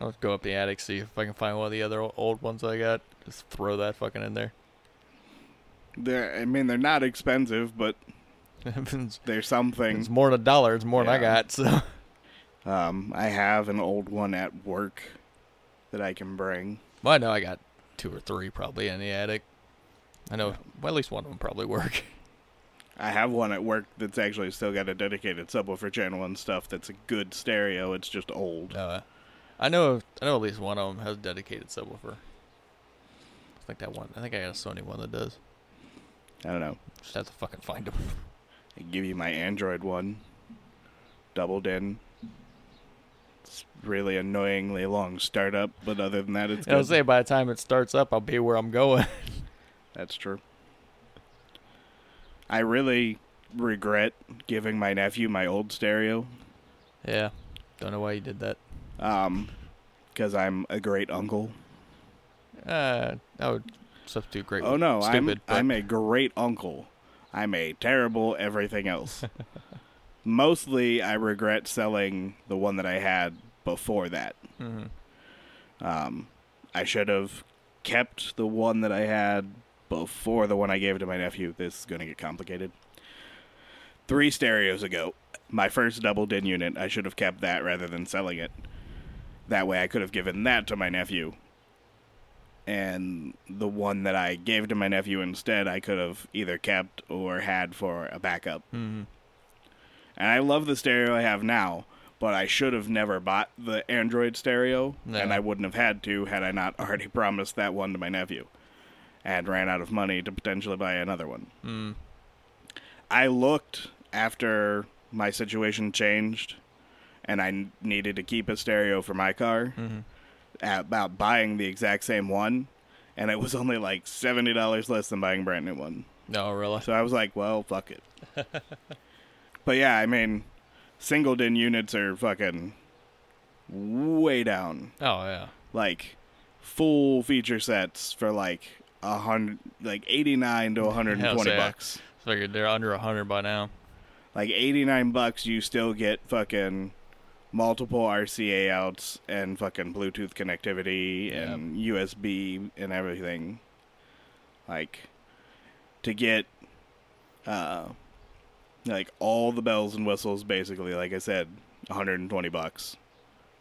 S2: I'll go up the attic see if I can find one of the other o- old ones I got. Just throw that fucking in there.
S1: they're I mean they're not expensive, but
S2: it's,
S1: they're something.
S2: it's more than a dollar. It's more than I
S1: Yeah.
S2: got. So
S1: Um I have an old one at work that I can bring.
S2: well, I know I got two or three probably in the attic. I know. Well, at least one of them probably work.
S1: I have one at work that's actually still got a dedicated subwoofer channel and stuff that's a good stereo, it's just old.
S2: Uh, I know. I know at least one of them has a dedicated subwoofer. I think that one. I think I got a Sony one that does.
S1: I don't know.
S2: Just have to fucking find them.
S1: I give you my Android one. Doubled in. It's really annoyingly long startup, but other than that it's
S2: I
S1: good.
S2: was saying by the time it starts up, I'll be where I'm going.
S1: That's true. I really regret giving my nephew my old stereo
S2: yeah. Don't know why you did that.
S1: because um, I'm a great uncle.
S2: Uh, I would substitute great.
S1: Oh no,
S2: stupid. but-
S1: I'm I'm a great uncle. I'm a terrible everything else. Mostly, I regret selling the one that I had before that.
S2: hmm
S1: Um, I should have kept the one that I had before the one I gave to my nephew. This is going to get complicated. Three stereos ago, my first double din unit, I should have kept that rather than selling it. That way I could have given that to my nephew. And the one that I gave to my nephew instead, I could have either kept or had for a backup.
S2: Mhm.
S1: And I love the stereo I have now, but I should have never bought the Android stereo,
S2: No.
S1: and I wouldn't have had to had I not already promised that one to my nephew and ran out of money to potentially buy another one.
S2: Mm.
S1: I looked after my situation changed and I n- needed to keep a stereo for my car
S2: Mhm.
S1: at about buying the exact same one, and it was only like $70 less than buying a brand new one.
S2: No, really.
S1: So I was like, well, fuck it. but yeah, I mean, singleton units are fucking way down.
S2: Oh yeah.
S1: Like full feature sets for like a hundred, like eighty nine to one hundred and twenty
S2: Hell, yeah.
S1: bucks.
S2: Figured they're under hundred by now.
S1: Like eighty nine bucks, you still get fucking multiple RCA outs and fucking Bluetooth connectivity
S2: Yep.
S1: and USB and everything. Like to get uh like all the bells and whistles basically, like I said, 120 bucks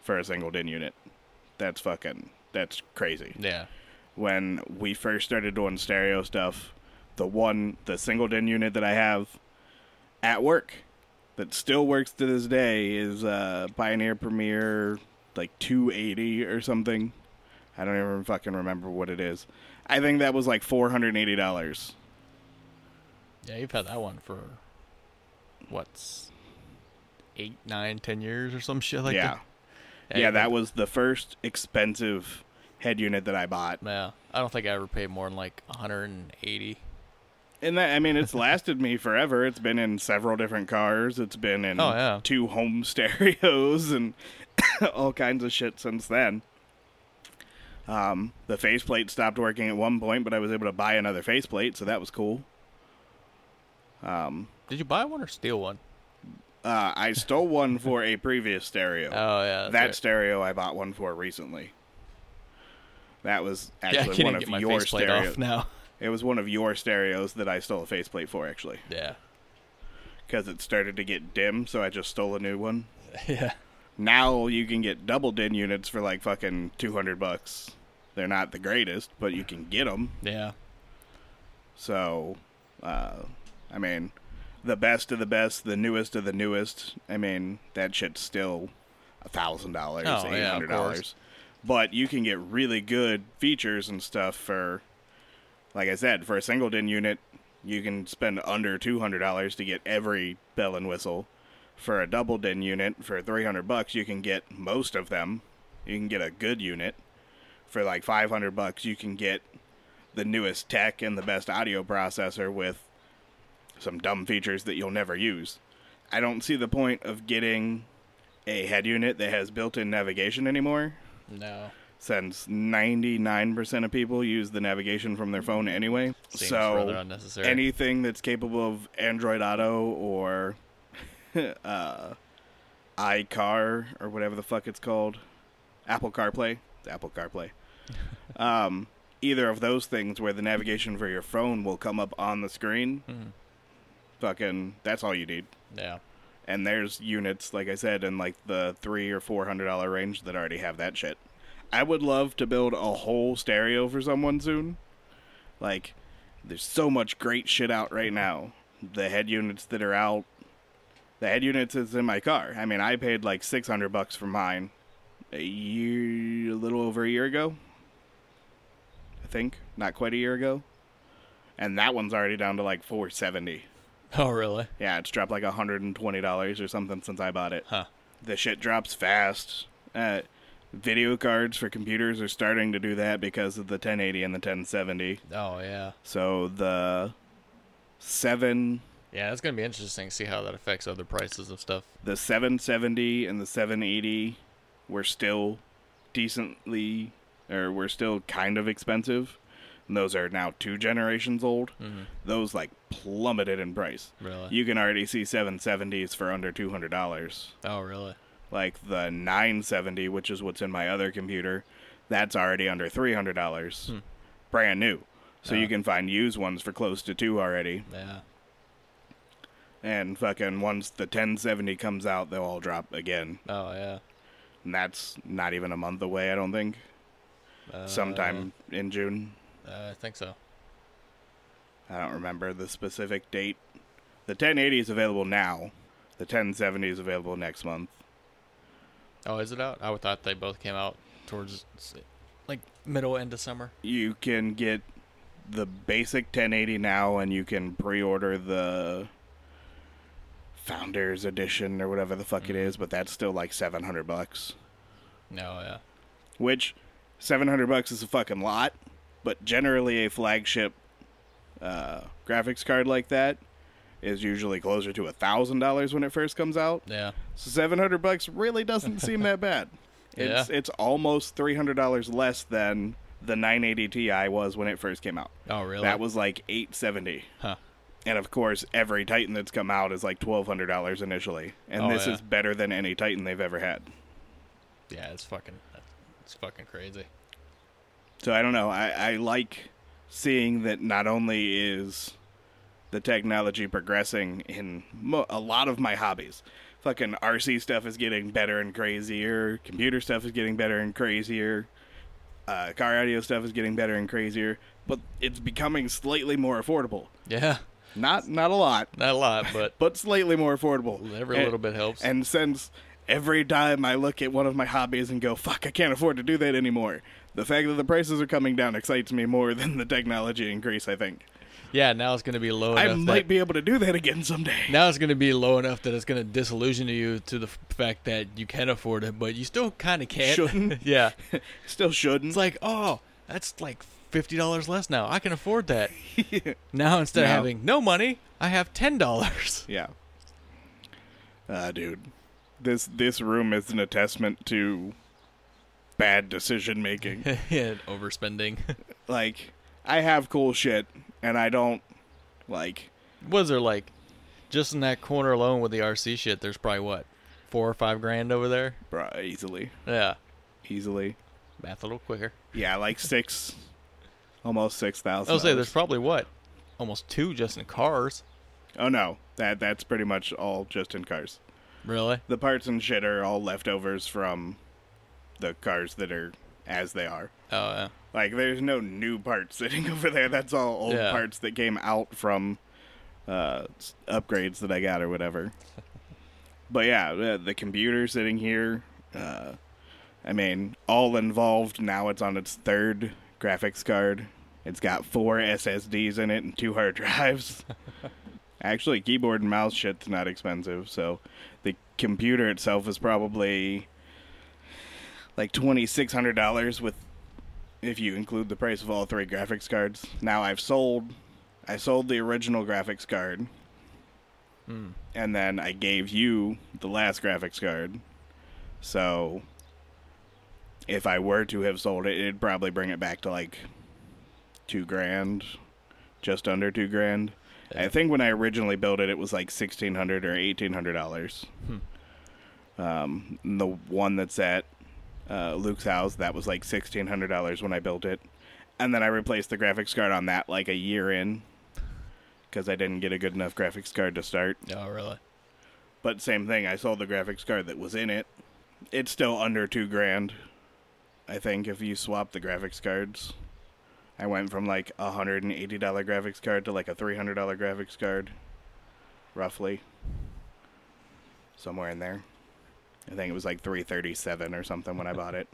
S1: for a single DIN unit. That's fucking that's crazy.
S2: Yeah.
S1: When we first started doing stereo stuff, the one the single DIN unit that I have at work that still works to this day is uh Pioneer Premier like 280 or something. I don't even fucking remember what it is. I think that was like $480.
S2: Yeah, you've had that one for what's eight, nine, ten years or some shit like
S1: yeah.
S2: that.
S1: yeah, that was the first expensive head unit that I bought,
S2: Yeah, I don't think I ever paid more than like 180.
S1: and that I mean, it's lasted me forever. It's been in several different cars. It's been in
S2: Oh, yeah.
S1: two home stereos and all kinds of shit since then. Um, the faceplate stopped working at one point, but I was able to buy another faceplate, so that was cool. Um,
S2: Did you buy one or steal one?
S1: uh, I stole one for a previous stereo.
S2: Oh yeah,
S1: that
S2: that's
S1: stereo I bought one for recently. That was
S2: right. yeah. I
S1: actually
S2: can't
S1: one
S2: even
S1: of
S2: get my
S1: your
S2: faceplate
S1: stereos.
S2: off now.
S1: It was one of your stereos that I stole a faceplate for, actually,
S2: Yeah,
S1: because it started to get dim, so I just stole a new one.
S2: yeah.
S1: Now you can get double din units for like fucking 200 bucks. They're not the greatest, but you can get them.
S2: Yeah.
S1: So, uh, I mean, the best of the best, the newest of the newest. I mean, that shit's still a thousand dollars,
S2: Oh,
S1: eight
S2: yeah, of
S1: hundred dollars. But you can get really good features and stuff for, like I said, for a single din unit, you can spend under two hundred dollars to get every bell and whistle. For a double din unit, for three hundred bucks, you can get most of them. You can get a good unit. For like five hundred bucks, you can get the newest tech and the best audio processor with some dumb features that you'll never use. I don't see the point of getting a head unit that has built in navigation anymore,
S2: No.
S1: since 99% of people use the navigation from their phone anyway.
S2: Seems rather
S1: so,
S2: unnecessary.
S1: anything that's capable of Android Auto or uh, iCar or whatever the fuck it's called, Apple CarPlay, It's Apple CarPlay. um, either of those things where the navigation for your phone will come up on the screen,
S2: Mhm.
S1: fucking, that's all you need.
S2: Yeah.
S1: And there's units, like I said, in like the three or four hundred dollar range that already have that shit. I would love to build a whole stereo for someone soon. Like, there's so much great shit out right now. The head units that are out, the head units is in my car. I mean, I paid like six hundred bucks for mine a year, a little over a year ago. I think not quite a year ago, and that one's already down to like four seventy.
S2: Oh really?
S1: Yeah, it's dropped like hundred and twenty dollars or something since I bought it.
S2: Huh.
S1: The shit drops fast. Uh, video cards for computers are starting to do that because of the 1080 and the 1070.
S2: Oh yeah.
S1: So the seven,
S2: Yeah, it's gonna be interesting to see how that affects other prices of stuff.
S1: the 770 and the 780 were still decently, or were still kind of expensive. And those are now two generations old.
S2: Mhm.
S1: Those like plummeted in price.
S2: Really?
S1: You can already see 770s for under two hundred dollars.
S2: oh really?
S1: Like the 970, which is what's in my other computer, that's already under $300. Brand new. So
S2: Yeah.
S1: you can find used ones for close to two already.
S2: Yeah.
S1: And fucking once the 1070 comes out, they'll all drop again.
S2: Oh yeah.
S1: And that's not even a month away, I don't think.
S2: Uh,
S1: Sometime in June.
S2: uh, I think so.
S1: I don't remember the specific date. The 1080 is available now. The 1070 is available next month.
S2: Oh, is it out? I would thought they both came out towards like middle end of summer.
S1: You can get the basic 1080 now, and you can pre-order the Founders Edition or whatever the fuck it is. But that's still like 700 bucks,
S2: No, yeah.
S1: which 700 bucks is a fucking lot. But generally, a flagship uh, graphics card like that is usually closer to a thousand dollars when it first comes out.
S2: Yeah.
S1: Seven hundred bucks really doesn't seem that bad. It's it's almost three hundred dollars less than the nine eighty Ti was when it first came out.
S2: Oh, really?
S1: That was like eight seventy.
S2: Huh.
S1: And of course, every Titan that's come out is like twelve hundred dollars initially, and
S2: Oh,
S1: this
S2: yeah.
S1: is better than any Titan they've ever had.
S2: Yeah, it's fucking. It's fucking crazy.
S1: So I don't know. I, I like seeing that not only is the technology progressing in mo- a lot of my hobbies, fucking RC stuff is getting better and crazier, computer stuff is getting better and crazier, uh, car audio stuff is getting better and crazier, but it's becoming slightly more affordable.
S2: Yeah.
S1: Not not a lot,
S2: Not a lot, but
S1: but slightly more affordable.
S2: every
S1: And-
S2: little bit helps.
S1: and since every time I look at one of my hobbies and go, fuck, I can't afford to do that anymore, the fact that the prices are coming down excites me more than the technology increase, I think.
S2: yeah, now it's gonna be low
S1: I
S2: enough.
S1: might
S2: that,
S1: be able to do that again someday.
S2: Now it's gonna be low enough that it's gonna disillusion you to the f- fact that you can afford it, but you still kind of can't.
S1: Shouldn't.
S2: yeah.
S1: Still shouldn't.
S2: It's like, oh, that's like fifty dollars less now. I can afford that. Now instead of
S1: No.
S2: having no money, I have ten dollars.
S1: yeah. Ah, dude. This this room is an attestment to bad decision making.
S2: yeah, overspending.
S1: like, I have cool shit and I don't like
S2: Was there like, just in that corner alone with the RC shit? There's probably what, four or five grand over there.
S1: bruh, easily.
S2: Yeah,
S1: Easily.
S2: math a little quicker.
S1: Yeah, like six almost six thousand.
S2: I'll say there's probably what, almost two just in cars.
S1: Oh no, that that's pretty much all just in cars.
S2: Really?
S1: The parts and shit are all leftovers from the cars that are as they are.
S2: Oh yeah.
S1: Like there's no new parts sitting over there. That's all old
S2: Yeah.
S1: parts that came out from uh, s- upgrades that I got or whatever. but yeah, the, the computer sitting here. Uh, I mean, all involved. Now it's on its third graphics card. It's got four SSDs in it and two hard drives. Actually, keyboard and mouse shit's not expensive, so the computer itself is probably like twenty six hundred dollars with if you include the price of all three graphics cards. Now I've sold I sold the original graphics card. And then I gave you the last graphics card. So if I were to have sold it, it'd probably bring it back to like 2 grand, just under 2 grand. I think when I originally built it it was like 1600 or 1800 dollars. Um the one that's at uh, Luke's house. That was like sixteen hundred dollars when I built it, and then I replaced the graphics card on that like a year in because I didn't get a good enough graphics card to start.
S2: Oh really?
S1: But same thing, I sold the graphics card that was in it. It's still under two grand, I think, if you swap the graphics cards. I went from like a hundred and eighty dollar graphics card to like a three hundred dollar graphics card, roughly. Somewhere in there. I think it was like three thirty seven or something when I bought it.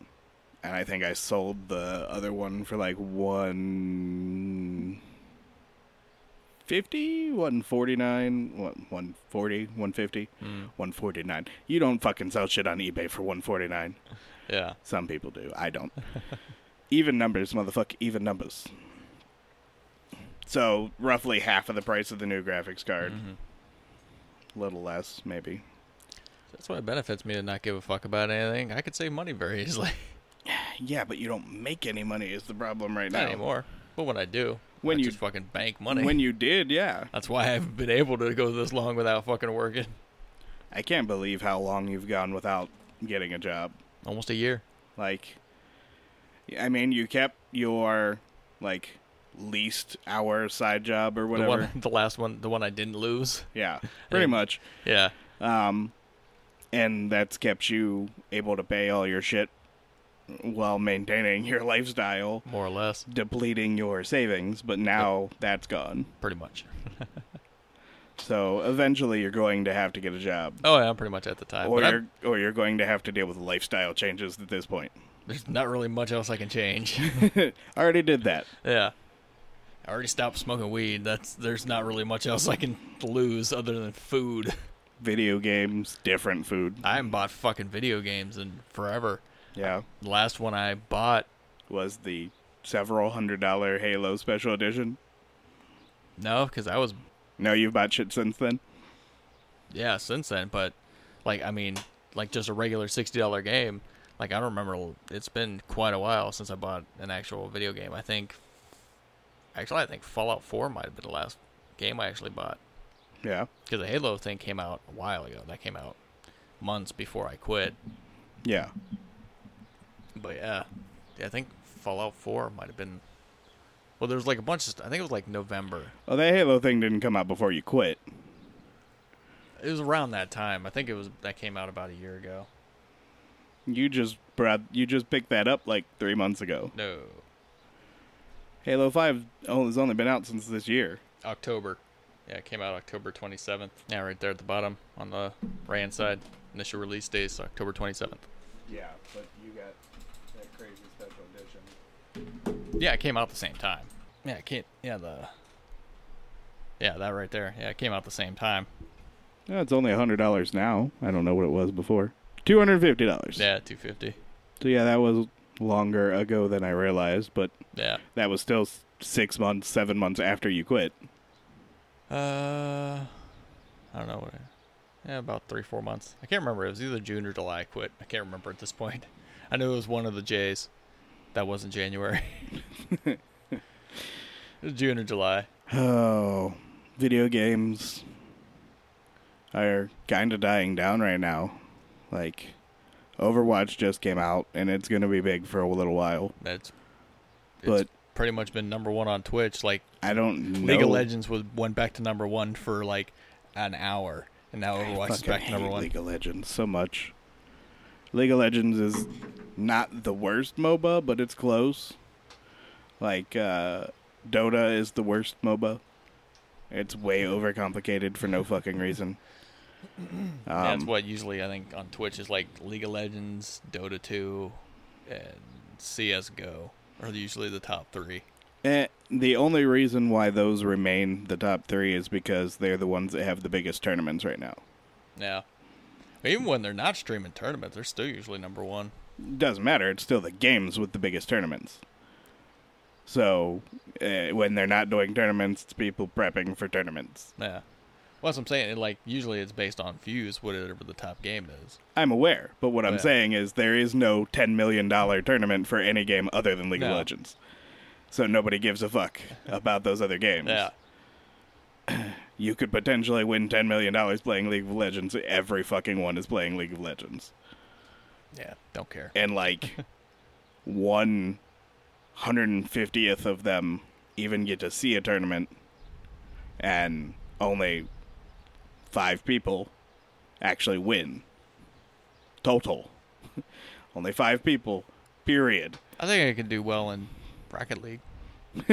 S1: And I think I sold the other one for like one fifty, one forty nine, one one forty, one fifty,
S2: Mm.
S1: one forty nine. You don't fucking sell shit on eBay for one forty nine.
S2: Yeah.
S1: Some people do. I don't. even numbers, motherfucker. Even numbers. So roughly half of the price of the new graphics card.
S2: Mm-hmm.
S1: Little less, maybe.
S2: That's why it benefits me to not give a fuck about anything. I could save money very easily.
S1: Yeah, but you don't make any money. Is the problem right
S2: Not
S1: now?
S2: anymore. But when I do,
S1: When
S2: I
S1: you-
S2: just fucking bank money.
S1: When you did, yeah.
S2: That's why I've been able to go this long without fucking working.
S1: I can't believe how long you've gone without getting a job.
S2: almost a year.
S1: Like, I mean, you kept your like least hour side job or
S2: The
S1: whatever.
S2: one, the last one, the one I didn't lose.
S1: Yeah, pretty
S2: Yeah.
S1: much.
S2: Yeah,
S1: Um, and that's kept you able to pay all your shit while maintaining your lifestyle,
S2: more or less,
S1: depleting your savings. But now that's gone.
S2: pretty much.
S1: So eventually, you're going to have to get a job,
S2: Oh yeah, pretty much at the time.
S1: or
S2: But I-
S1: you're, or you're going to have to deal with lifestyle changes at this point.
S2: there's not really much else I can change.
S1: I already did that.
S2: yeah, I already stopped smoking weed. That's there's not really much else I can lose other than food.
S1: Video games, different food.
S2: I haven't bought fucking video games in forever.
S1: Yeah,
S2: The last one I bought,
S1: was the several hundred dollar Halo Special Edition.
S2: no, because I was
S1: No, you've bought shit since then.
S2: yeah since then. But like I mean, like just a regular sixty dollar game. Like I don't remember. It's been quite a while since I bought an actual video game. I think actually I think Fallout Four might have been the last game I actually bought.
S1: Yeah,
S2: because the Halo thing came out a while ago. That came out months before I quit.
S1: yeah.
S2: But yeah, I think Fallout Four might have been. Well, there was like a bunch of. St- I think it was like November.
S1: Well, that Halo thing didn't come out before you quit.
S2: It was around that time. I think it was that came out about a year ago.
S1: You just brought, you just picked that up like three months ago.
S2: No,
S1: Halo Five oh, has only been out since this year.
S2: October. Yeah, it came out October 27th. Yeah, right there at the bottom on the right hand side. Initial release date is October 27th.
S1: Yeah, but you got that crazy special edition.
S2: Yeah, it came out the same time. Yeah, it can't. Yeah, the. Yeah, that right there. Yeah, it came out the same time.
S1: Yeah, it's only hundred dollars now. I don't know what it was before. Two hundred fifty dollars.
S2: Yeah, 250.
S1: So yeah, that was longer ago than I realized, but
S2: Yeah.
S1: that was still s- six months, seven months after you quit.
S2: Uh, I don't know what. I, yeah, about three, four months. I can't remember. It was either June or July. I quit. I can't remember at this point. I knew it was one of the J's. That wasn't January. it was June or July.
S1: Oh, video games are kind of dying down right now. Like, Overwatch just came out, and it's going to be big for a little while.
S2: That's. It's
S1: But-
S2: pretty much been number one on Twitch. Like
S1: I don't know.
S2: League of Legends was went back to number one for like an hour, and now
S1: I
S2: Overwatch is
S1: fucking
S2: back to number
S1: hate
S2: one.
S1: League of Legends so much. League of Legends is not the worst MOBA, but it's close. Like, uh, Dota is the worst MOBA. It's way overcomplicated for no fucking reason.
S2: That's
S1: Um,
S2: what usually I think on Twitch is like League of Legends, Dota 2, and CS:GO are usually the top three.
S1: Eh, the only reason why those remain the top three is because they're the ones that have the biggest tournaments right now.
S2: Yeah, even when they're not streaming tournaments, they're still usually number one.
S1: Doesn't matter. It's still the games with the biggest tournaments. So uh, when they're not doing tournaments, it's people prepping for tournaments.
S2: Yeah, well, that's what I'm saying. It, like usually it's based on views, whatever the top game is.
S1: I'm aware, but what I'm
S2: Yeah.
S1: saying is there is no ten million dollar tournament for any game other than League of
S2: No.
S1: Legends. So nobody gives a fuck about those other games.
S2: Yeah,
S1: You could potentially win ten million dollars playing League of Legends. Every fucking one is playing League of Legends.
S2: yeah, don't care.
S1: and like one hundred and fiftieth of them even get to see a tournament, and only five people actually win total. only five people, period.
S2: I think I could do well in bracket league.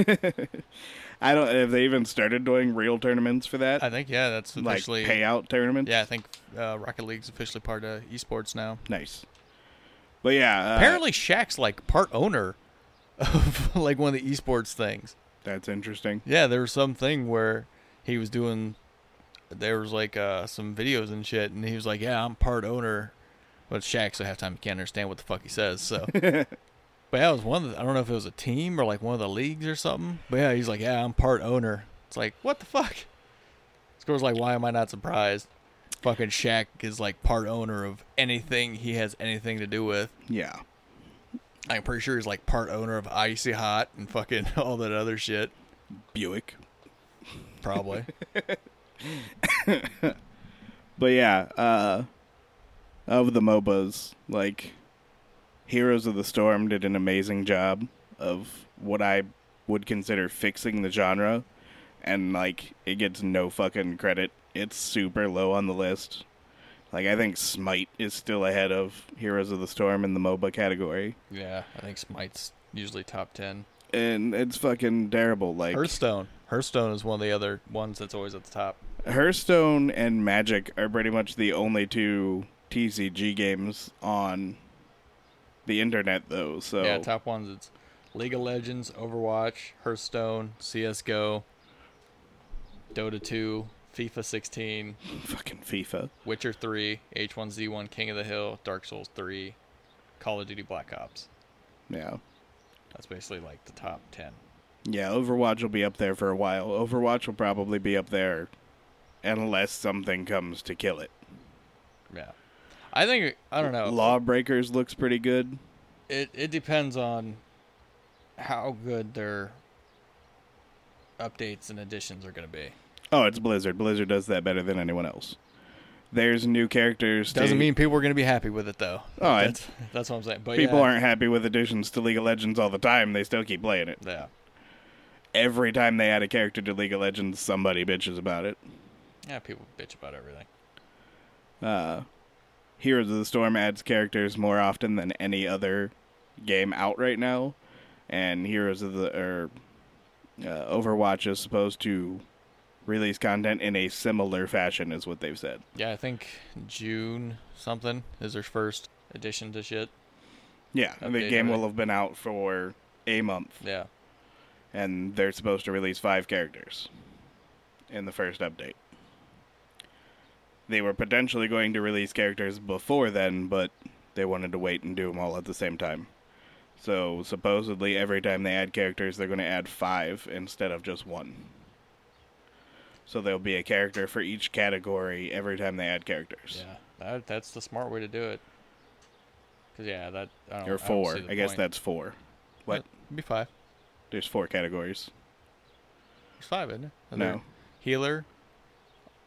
S1: I don't. Have they even started doing real tournaments for that?
S2: I think yeah, that's
S1: like
S2: officially
S1: payout tournaments.
S2: Uh, yeah. I think uh, Rocket League's officially part of esports now.
S1: nice. But yeah, uh,
S2: Apparently, Shaq's like part owner of like one of the esports things.
S1: that's interesting.
S2: Yeah, there was some thing where he was doing. There was like uh, some videos and shit, and he was like, "Yeah, I'm part owner," but Shaq, so half the time you can't understand what the fuck he says. So, but that was one. Of the, I don't know if it was a team or like one of the leagues or something. But yeah, he's like, "Yeah, I'm part owner." It's like, what the fuck? Score's like, why am I not surprised? Fucking Shaq is like part owner of anything he has anything to do with.
S1: Yeah,
S2: I'm pretty sure he's like part owner of Icy Hot and fucking all that other shit.
S1: Buick.
S2: Probably.
S1: But yeah, uh of the MOBAs, like Heroes of the Storm did an amazing job of what I would consider fixing the genre and like it gets no fucking credit. It's super low on the list. Like I think Smite is still ahead of Heroes of the Storm in the MOBA category.
S2: Yeah, I think Smite's usually top ten.
S1: And it's fucking terrible. Like
S2: Hearthstone. Hearthstone is one of the other ones that's always at the top.
S1: Hearthstone and Magic are pretty much the only two TCG games on the internet, though. So
S2: Yeah, top ones it's League of Legends, Overwatch, Hearthstone, CS:GO, Dota 2, FIFA 16,
S1: fucking FIFA.
S2: Witcher 3, H1Z1, King of the Hill, Dark Souls 3, Call of Duty Black Ops.
S1: Yeah,
S2: That's basically like the top 10.
S1: yeah. Overwatch will be up there for a while. Overwatch will probably be up there, unless something comes to kill it.
S2: Yeah. I think I don't know.
S1: Lawbreakers looks pretty good.
S2: It it depends on how good their updates and additions are going to be.
S1: Oh, it's Blizzard. Blizzard does that better than anyone else. There's new characters. to-
S2: Doesn't mean people are going to be happy with it though.
S1: Oh, I-
S2: that's that's what I'm saying. But
S1: people
S2: yeah.
S1: aren't happy with additions to League of Legends all the time. They still keep playing it.
S2: Yeah.
S1: Every time they add a character to League of Legends, somebody bitches about it.
S2: Yeah, people bitch about everything.
S1: Uh, Heroes of the Storm adds characters more often than any other game out right now, and Heroes of the or uh, Overwatch is supposed to release content in a similar fashion, is what they've said.
S2: Yeah, I think June something is their first addition to shit.
S1: Yeah, the
S2: Update,
S1: game
S2: right?
S1: will have been out for a month.
S2: Yeah.
S1: and they're supposed to release five characters in the first update. They were potentially going to release characters before then, but they wanted to wait and do them all at the same time. So supposedly, every time they add characters, they're going to add five instead of just one. So there'll be a character for each category every time they add characters.
S2: Yeah. That that's the smart way to do it. Cuz yeah, that I don't
S1: Or
S2: I don't
S1: four.
S2: see
S1: I,
S2: the
S1: guess
S2: point.
S1: that's four. What?
S2: It'd be five.
S1: There's four categories.
S2: There's five, isn't it? Are
S1: No.
S2: there Healer,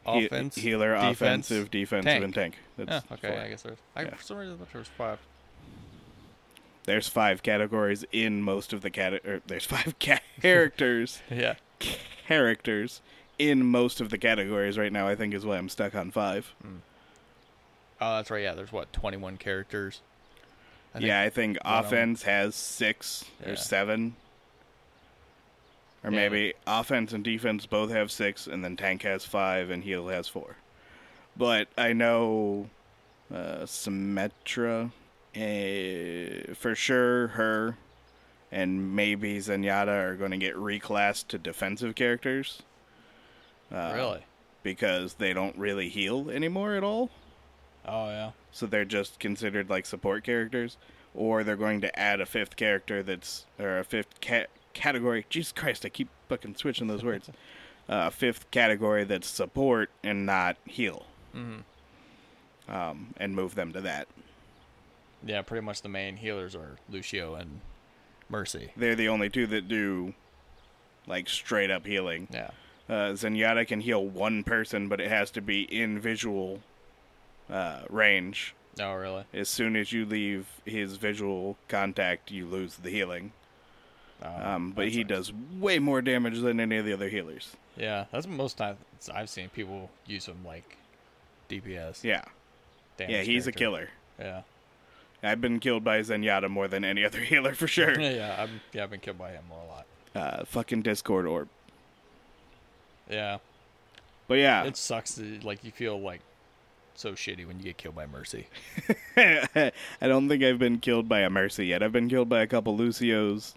S1: He-
S2: offense,
S1: healer,
S2: defense.
S1: offensive, defensive,
S2: tank.
S1: and tank.
S2: Yeah,
S1: That's
S2: okay,
S1: four.
S2: I guess there's. I,
S1: Yeah.
S2: For some reason, I thought there was five.
S1: There's five categories in most of the cat. Or there's five ca- characters,
S2: Yeah.
S1: characters in most of the categories right now. I think is why I'm stuck on five.
S2: Oh, that's right. Yeah, there's what 21 characters. I think-
S1: yeah, I think
S2: one of 'em-
S1: offense has six
S2: Yeah.
S1: or seven, or
S2: Yeah.
S1: maybe offense and defense both have six, and then tank has five and heal has four. But I know uh, Symmetra eh, for sure. Her and maybe Zenyatta are going to get reclassed to defensive characters. Uh,
S2: really?
S1: Because they don't really heal anymore at all
S2: Oh yeah.
S1: so they're just considered like support characters, or they're going to add a fifth character that's or a fifth ca- category. Jesus Christ, I keep fucking switching those words. uh, fifth category that's support and not heal,
S2: hmm
S1: um, and move them to that.
S2: Yeah, pretty much the main healers are Lucio and Mercy.
S1: They're the only two that do like straight up healing.
S2: Yeah.
S1: Uh, Zenyatta can heal one person, but it has to be in visual uh, range.
S2: Oh really?
S1: As soon as you leave his visual contact, you lose the healing.
S2: Oh,
S1: Um, but
S2: that's
S1: he
S2: nice.
S1: does way more damage than any of the other healers.
S2: Yeah, that's most times I've seen people use him like DPS.
S1: Yeah. yeah,
S2: damage
S1: he's a
S2: character.
S1: killer.
S2: Yeah.
S1: I've been killed by Zenyatta more than any other healer for sure.
S2: Yeah, yeah. I've, yeah, I've been killed by him a lot.
S1: uh, fucking Discord orb.
S2: Yeah.
S1: But yeah,
S2: It sucks. That, like you feel like so shitty when you get killed by Mercy.
S1: I don't think I've been killed by a Mercy yet. I've been killed by a couple Lucios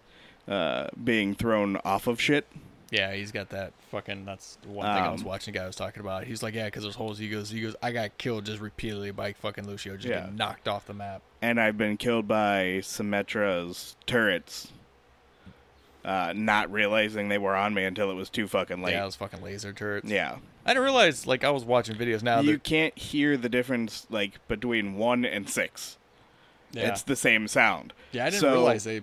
S1: uh, being thrown off of shit.
S2: Yeah, he's got that fucking. That's the one thing I was
S1: Um,
S2: watching. The guy was talking about. He's like, yeah, because there's holes. He goes, he goes. I got killed just repeatedly by fucking Lucio, just
S1: Yeah.
S2: getting knocked off the map.
S1: And I've been killed by Symmetra's turrets. Uh, not realizing they were on me until it was too fucking late.
S2: yeah, it was fucking laser turrets.
S1: yeah.
S2: I didn't realize. Like I was watching videos now.
S1: you
S2: that,
S1: can't hear the difference like between one and six.
S2: yeah,
S1: It's the same sound.
S2: yeah, I didn't
S1: so-
S2: realize they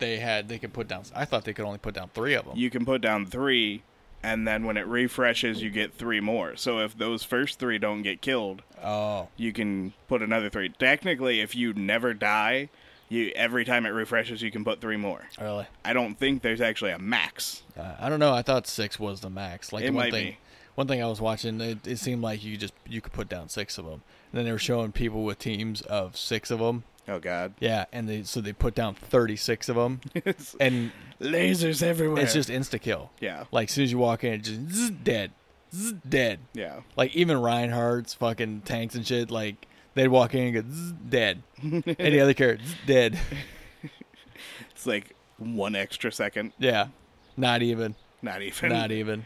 S2: they had they could put down. I thought they could only put down three of them.
S1: You can put down three, and then when it refreshes, you get three more. So if those first three don't get killed,
S3: Oh.
S1: you can put another three. Technically, if you never die, you every time it refreshes, you can put three more.
S2: Really?
S1: I don't think there's actually a max.
S2: Uh, I don't know. I thought six was the max. Like
S1: It
S2: the one
S1: might
S2: thing,
S1: be.
S2: one thing I was watching, it, it seemed like you just you could put down six of them. And then they were showing people with teams of six of them.
S1: Oh God,
S2: Yeah, and they so they put down thirty six of them,
S1: It's-
S2: and
S1: lasers everywhere.
S2: it's just insta kill.
S1: yeah,
S2: Like as soon as you walk in, it just zzz, dead, zzz, dead.
S1: yeah.
S2: Like even Reinhardt's fucking tanks and shit. Like they'd walk in and go zzz, dead. Any other character zzz, dead.
S1: It's like one extra second,
S2: Yeah, not even,
S1: not even.
S2: not e- even.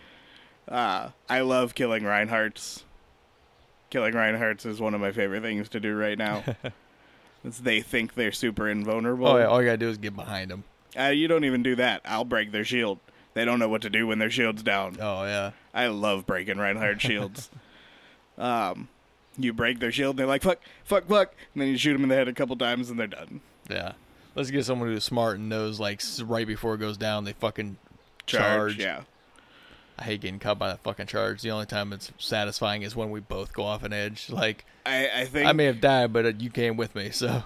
S1: Uh, I love killing Reinhardts. Killing Reinhardts is one of my favorite things to do right now. It's they think they're super invulnerable.
S2: Oh yeah, all you gotta do is get behind them.
S1: Uh, you don't even do that. I'll break their shield. They don't know what to do when their shield's down.
S2: Oh yeah.
S1: I love breaking Reinhardt shields. um, you break their shield, and they're like, fuck, fuck, fuck. And then you shoot them in the head a couple times, and they're done.
S2: Yeah. Let's get someone who's smart and knows, like, s- right before it goes down, they fucking
S1: Charge.
S2: charge.
S1: Yeah.
S2: I hate getting caught by that fucking charge. The only time it's satisfying is when we both go off an edge. Like,
S1: I, I think
S2: I may have died, but uh, you came with me, so.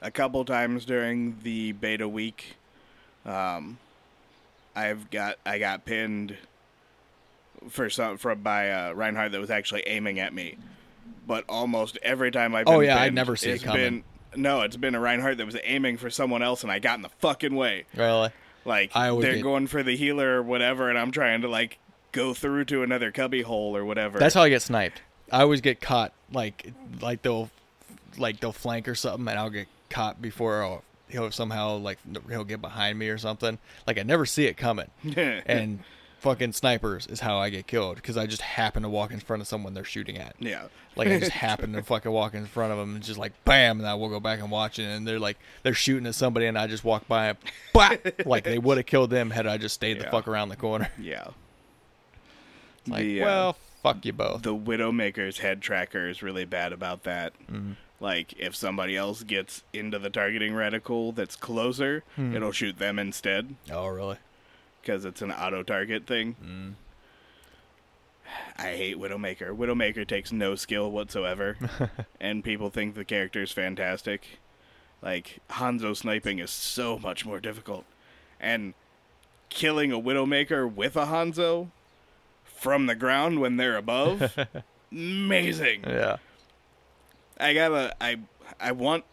S1: a couple times during the beta week, um, I've got I got pinned for some from by uh, Reinhardt that was actually aiming at me. But almost every time I've been
S2: Oh, yeah, I
S1: pinned,
S2: never see it
S1: it's
S2: coming.
S1: Been, no, it's been a Reinhardt that was aiming for someone else, and I got in the fucking way.
S2: Really?
S1: Like
S2: I always
S1: they're
S2: get-
S1: going for the healer or whatever, and I'm trying to like go through to another cubby hole or whatever.
S2: That's how I get sniped. I always get caught, like, like they'll, like, they'll flank or something, and I'll get caught before I'll, he'll somehow, like, n- he'll get behind me or something. Like, I never see it coming. and fucking snipers is how I get killed, because I just happen to walk in front of someone they're shooting at.
S1: yeah.
S2: Like I just happened to fucking walk in front of them and just like bam, and I will go back and watch it. And they're like they're shooting at somebody, and I just walk by and bop, like they would have killed them had I just stayed the
S1: Yeah.
S2: fuck around the corner.
S1: Yeah.
S2: It's like,
S1: The, uh,
S2: well, fuck you both.
S1: the Widowmaker's head tracker is really bad about that. Like, if somebody else gets into the targeting reticle that's closer, it'll shoot them instead
S2: oh really?
S1: because it's an auto target thing. I hate Widowmaker. Widowmaker takes no skill whatsoever, and people think the character is fantastic. Like, Hanzo sniping is so much more difficult. And killing a Widowmaker with a Hanzo from the ground when they're above, amazing.
S2: Yeah.
S1: I gotta I I want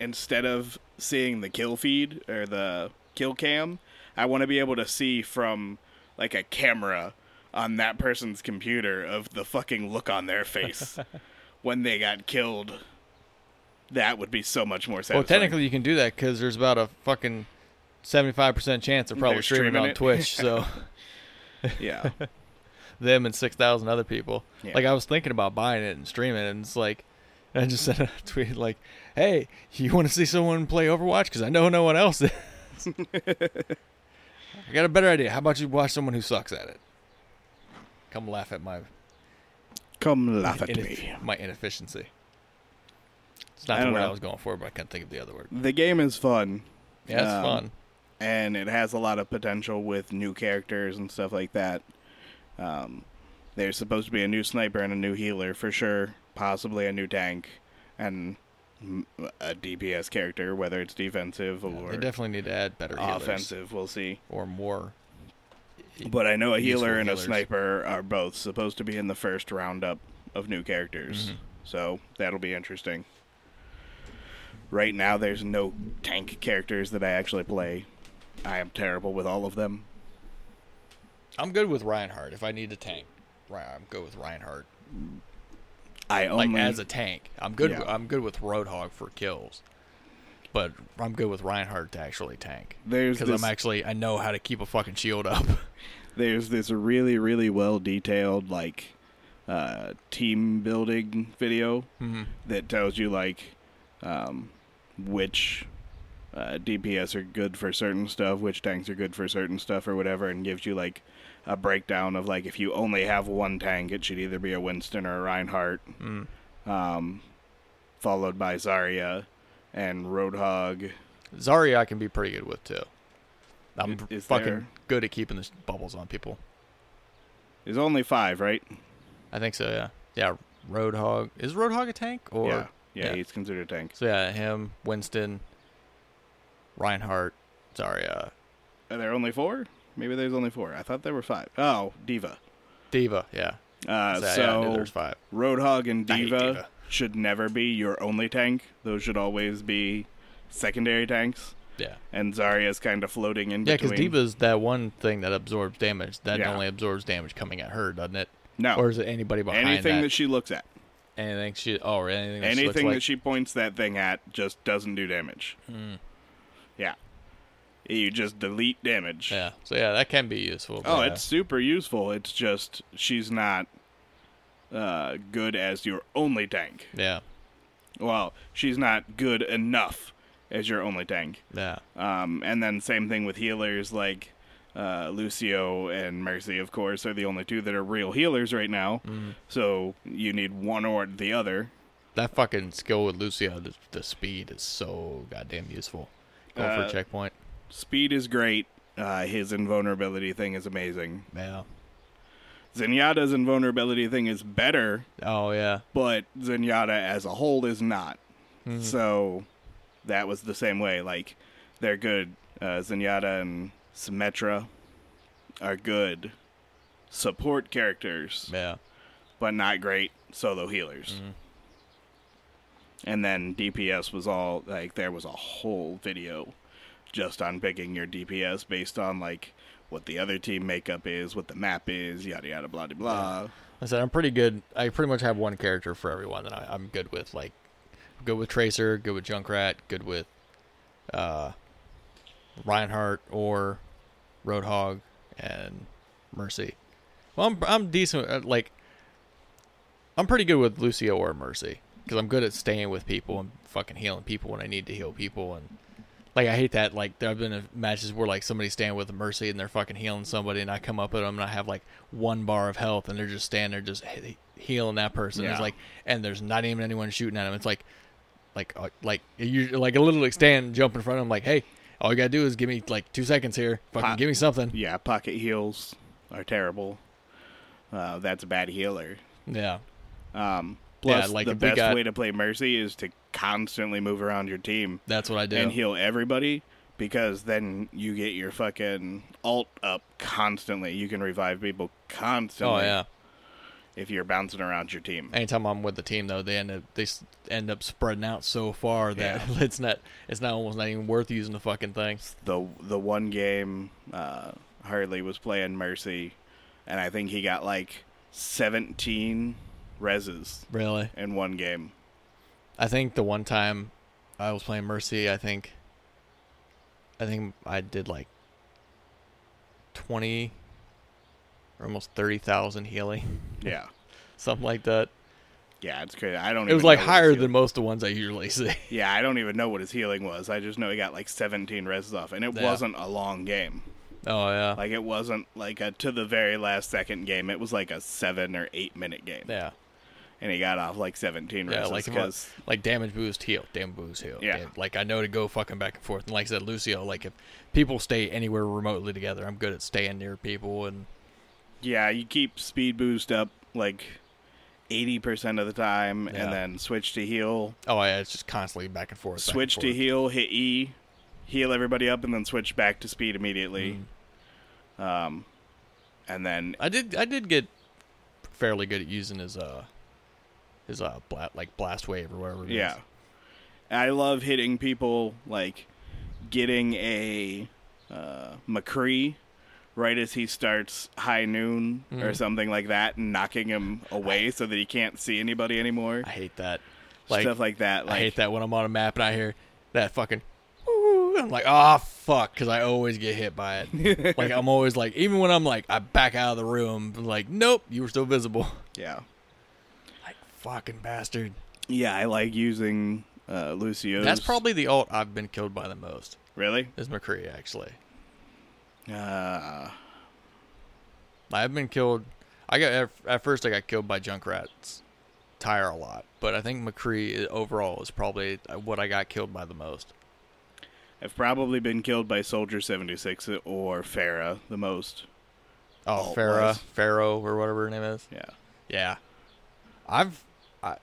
S1: instead of seeing the kill feed or the kill cam, I want to be able to see from like a camera on that person's computer of the fucking look on their face when they got killed. That would be so much more
S2: Well,
S1: satisfying.
S2: technically you can do that because there's about a fucking seventy-five percent chance they're probably
S1: They're
S2: streaming,
S1: streaming
S2: on
S1: it.
S2: Twitch. So
S1: yeah.
S2: them and six thousand other people.
S1: Yeah.
S2: Like I was thinking about buying it and streaming, it, and it's like. I just sent a tweet like, "Hey, you want to see someone play Overwatch? Because I know no one else is." I got a better idea. How about you watch someone who sucks at it? Come laugh at my
S1: Come laugh at
S2: ineff-
S1: me.
S2: my inefficiency. It's
S1: I
S2: not the
S1: don't
S2: word I
S1: know.
S2: was going for, but I can't think of the other word.
S1: The game is fun.
S2: Yeah, it's
S1: Um,
S2: fun.
S1: and it has a lot of potential with new characters and stuff like that. Um, there's supposed to be a new sniper and a new healer for sure, possibly a new tank and mm, a DPS character, whether it's defensive or
S2: They definitely need to add better healers
S1: offensive. We'll see.
S2: or more.
S1: But I know a
S2: Useful
S1: healer and a
S2: healers.
S1: sniper are both supposed to be in the first roundup of new characters,
S2: Mhm.
S1: so that'll be interesting. Right now, there's no tank characters that I actually play. I am terrible with all of them.
S2: I'm good with Reinhardt. If I need a tank, right, I'm good with Reinhardt.
S1: I
S2: like
S1: only
S2: as a tank. I'm good.
S1: Yeah.
S2: I'm good with Roadhog for kills, but I'm good with Reinhardt to actually tank
S1: there's
S2: because
S1: this
S2: I'm actually I know how to keep a fucking shield up.
S1: there's this really really well detailed like uh, team building video
S2: Mm-hmm.
S1: that tells you like um, which uh, DPS are good for certain stuff, which tanks are good for certain stuff or whatever, and gives you like a breakdown of like if you only have one tank, it should either be a Winston or a Reinhardt,
S2: Mm.
S1: um, followed by Zarya and Roadhog.
S2: Zarya I can be pretty good with too. I'm
S1: Is- is
S2: fucking
S1: there-
S2: good at keeping the s- bubbles on people.
S1: There's only five, right?
S2: I think so. Yeah, yeah. Roadhog is Roadhog a tank or
S1: yeah. yeah, he's considered a tank.
S2: So yeah, him, Winston, Reinhardt. Sorry, uh,
S1: Are there only four? Maybe there's only four. I thought there were five. Oh, Diva.
S2: Diva. Yeah.
S1: Uh,
S2: So,
S1: so
S2: yeah, I knew there's five.
S1: Roadhog and
S2: I hate
S1: Diva,
S2: Diva.
S1: should never be your only tank. Those should always be secondary tanks.
S2: Yeah.
S1: And Zarya's kind of floating in
S2: Yeah, because
S1: between.
S2: Diva's that one thing that absorbs damage. That
S1: Yeah.
S2: only absorbs damage coming at her, doesn't it?
S1: No.
S2: Or is it anybody behind
S1: anything that.
S2: that?
S1: she looks at,
S2: anything she? Oh, or anything. That
S1: anything
S2: she looks
S1: that she points that thing at, just doesn't do damage.
S2: Hmm.
S1: Yeah, you just delete damage.
S2: like, Yeah. So yeah, that can be useful.
S1: Oh,
S2: but, uh,
S1: it's super useful. It's just she's not uh, good as your only tank.
S2: yeah,
S1: Well, she's not good enough as your only tank.
S2: yeah,
S1: Um, and then same thing with healers like uh, Lucio and Mercy, of course, are the only two that are real healers right now. So you need one or the other.
S2: that fucking skill with Lucio, the, the speed is so goddamn useful. Go
S1: Uh,
S2: for checkpoint.
S1: Speed is great. Uh, his invulnerability thing is amazing.
S2: Yeah.
S1: Zenyatta's invulnerability thing is better,
S2: Oh yeah.
S1: but Zenyatta as a whole is not. So that was the same way. Like they're good. Uh, Zenyatta and Symmetra are good support characters.
S2: Yeah.
S1: but not great solo healers. And then DPS was all like there was a whole video just on picking your DPS based on like what the other team makeup is, what the map is, yada yada blah de blah.
S2: I said I'm pretty good. I pretty much have one character for everyone that I, I'm good with. Like, good with Tracer, good with Junkrat, good with uh, Reinhardt or Roadhog and Mercy. Well, I'm I'm decent. At, like, I'm pretty good with Lucio or Mercy because I'm good at staying with people and fucking healing people when I need to heal people and. Like I hate that. Like there have been uh, matches where like somebody's standing with mercy and they're fucking healing somebody, and I come up at them and I have like one bar of health, and they're just standing there just he- healing that person.
S1: Yeah.
S2: It's like, and there's not even anyone shooting at him. It's like, like, uh, like you like a little like stand, jump in front of him, like, hey, all you gotta do is give me like two seconds here, fucking
S1: Pop.
S2: give me something.
S1: Yeah, pocket heals are terrible. Uh, that's a bad healer.
S2: Yeah,
S1: Um, plus,
S2: Yeah, like,
S1: the
S2: if we
S1: best
S2: got-
S1: way to play Mercy is to constantly move around your team.
S2: that's what I do.
S1: and heal everybody because then you get your fucking alt up constantly. You can revive people
S2: oh
S1: constantly
S2: yeah.
S1: if you're bouncing around your team.
S2: anytime I'm with the team though, they end up they s- end up spreading out so far that it's not it's not almost not even worth using the fucking thing.
S1: The the one game uh, Harley was playing Mercy, and I think he got like 17 reses
S2: Really,
S1: in one game.
S2: I think the one time I was playing Mercy, I think I think I did like twenty or almost thirty thousand healing,
S1: Yeah,
S2: something like that.
S1: yeah, it's crazy. I don't.
S2: It was
S1: even
S2: like
S1: know what
S2: higher
S1: his
S2: than most of the ones I usually see.
S1: heal- Yeah, I don't even know what his healing was. I just know he got like 17 reses off, and it
S2: Yeah.
S1: wasn't a long game.
S2: Oh yeah,
S1: Like it wasn't like a to the very last second game. It was like a seven or eight minute game,
S2: yeah.
S1: and he got off like seventeen
S2: Yeah,
S1: yeah,
S2: like if I-
S1: because
S2: like damage boost heal, damage boost heal.
S1: Yeah.
S2: Damn- like I know to go fucking back and forth. And like I said, Lucio, like if people stay anywhere remotely together, I'm good at staying near people and
S1: yeah, you keep speed boost up like eighty percent of the time,
S2: Yeah.
S1: and then switch to heal,
S2: oh yeah, it's just constantly back and forth. back and
S1: switch to
S2: forth.
S1: heal, hit E, heal everybody up, and then switch back to speed immediately.
S2: Mm-hmm.
S1: Um, and then
S2: I did I did get fairly good at using his uh his uh bla- like blast wave or whatever. it is.
S1: Yeah. I love hitting people like getting a uh, McCree right as he starts high noon
S2: Mm-hmm.
S1: or something like that and knocking him away so that he can't see anybody anymore.
S2: I hate that. Like,
S1: Stuff like that. Like
S2: I hate that when I'm on a map and I hear that fucking. "Ooh," I'm like, ah, fuck, because I always get hit by it. like I'm always like, even when I'm like, I back out of the room, like, nope, you were still visible.
S1: Yeah.
S2: Like fucking bastard.
S1: Yeah, I like using uh Lucio's
S2: That's probably the alt I've been killed by the most.
S1: Really?
S2: Is McCree actually?
S1: Uh
S2: I've been killed. I got at- at first I got killed by Junkrat's tire a lot, but I think McCree i- overall is probably uh, what I got killed by the most.
S1: I've probably been killed by Soldier 76 or Farah the most.
S2: Oh,
S1: Oh, it
S2: Farah,
S1: was.
S2: Pharaoh, or whatever her name is.
S1: Yeah.
S2: Yeah, I've I,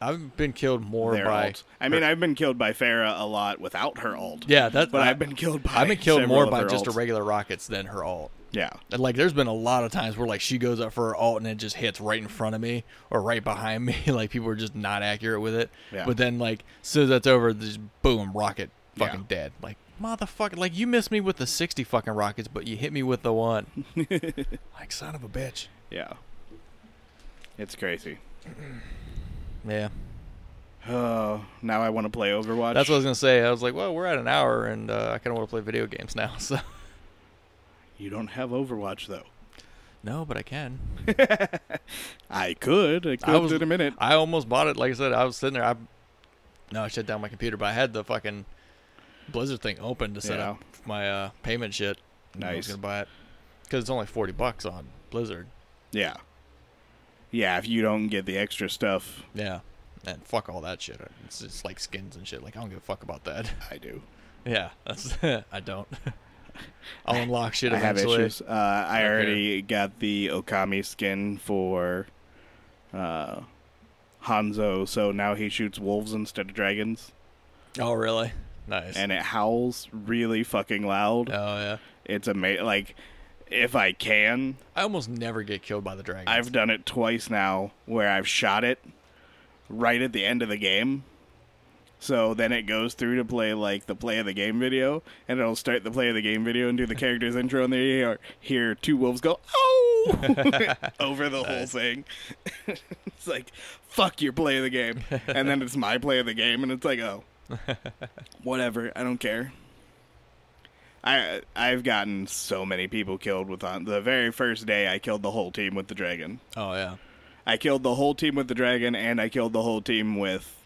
S2: I've been killed more
S1: Their
S2: by.
S1: alt. I mean, I've been killed by Farah a lot without her ult.
S2: Yeah, that's.
S1: But I've been killed by.
S2: I've been killed
S1: several
S2: more
S1: of
S2: by
S1: her
S2: just a
S1: ults.
S2: regular rockets than her alt.
S1: Yeah.
S2: And, Like, there's been a lot of times where like she goes up for her alt and it just hits right in front of me or right behind me. like people are just not accurate with it.
S1: Yeah.
S2: But then like as soon as that's over, just boom, rocket, fucking
S1: Yeah.
S2: dead. Like motherfucker, like you missed me with the sixty fucking rockets, but you hit me with the one. like son of a bitch.
S1: Yeah. It's crazy.
S2: Yeah.
S1: Oh, now I want to play Overwatch.
S2: That's what I was gonna say. I was like, well, we're at an hour, and uh, I kind of want to play video games now. So
S1: you don't have Overwatch though.
S2: no, but I can.
S1: I could. I could
S2: I was-
S1: in a minute.
S2: I almost bought it. Like I said, I was sitting there. I no, I shut down my computer, but I had the fucking Blizzard thing open to set
S1: Yeah.
S2: up my uh, payment shit. And I was
S1: Nice.
S2: gonna buy it because it's only forty bucks on Blizzard.
S1: Yeah. Yeah, if you don't get the extra stuff,
S2: Yeah, and fuck all that shit. It's just like skins and shit. Like I don't give a fuck about that.
S1: I do.
S2: Yeah, that's I don't. I'll unlock shit
S1: I have
S2: eventually.
S1: issues. Uh, I
S2: Okay.
S1: already got the Okami skin for uh, Hanzo, so now he shoots wolves instead of dragons,
S2: Oh really? Nice.
S1: and it howls really fucking loud.
S2: oh yeah.
S1: It's amazing. Like, if I can,
S2: I almost never get killed by the dragons.
S1: I've done it twice now where I've shot it right at the end of the game. So then it goes through to play like the play of the game video, and it'll start the play of the game video and do the character's intro, and then you hear, hear two wolves go "oh" over the whole thing. it's like fuck your play of the game, and then it's my play of the game, and it's like oh, whatever, I don't care. I I've gotten so many people killed with on the very first day I killed the whole team with the dragon.
S2: Oh yeah.
S1: I killed the whole team with the dragon, and I killed the whole team with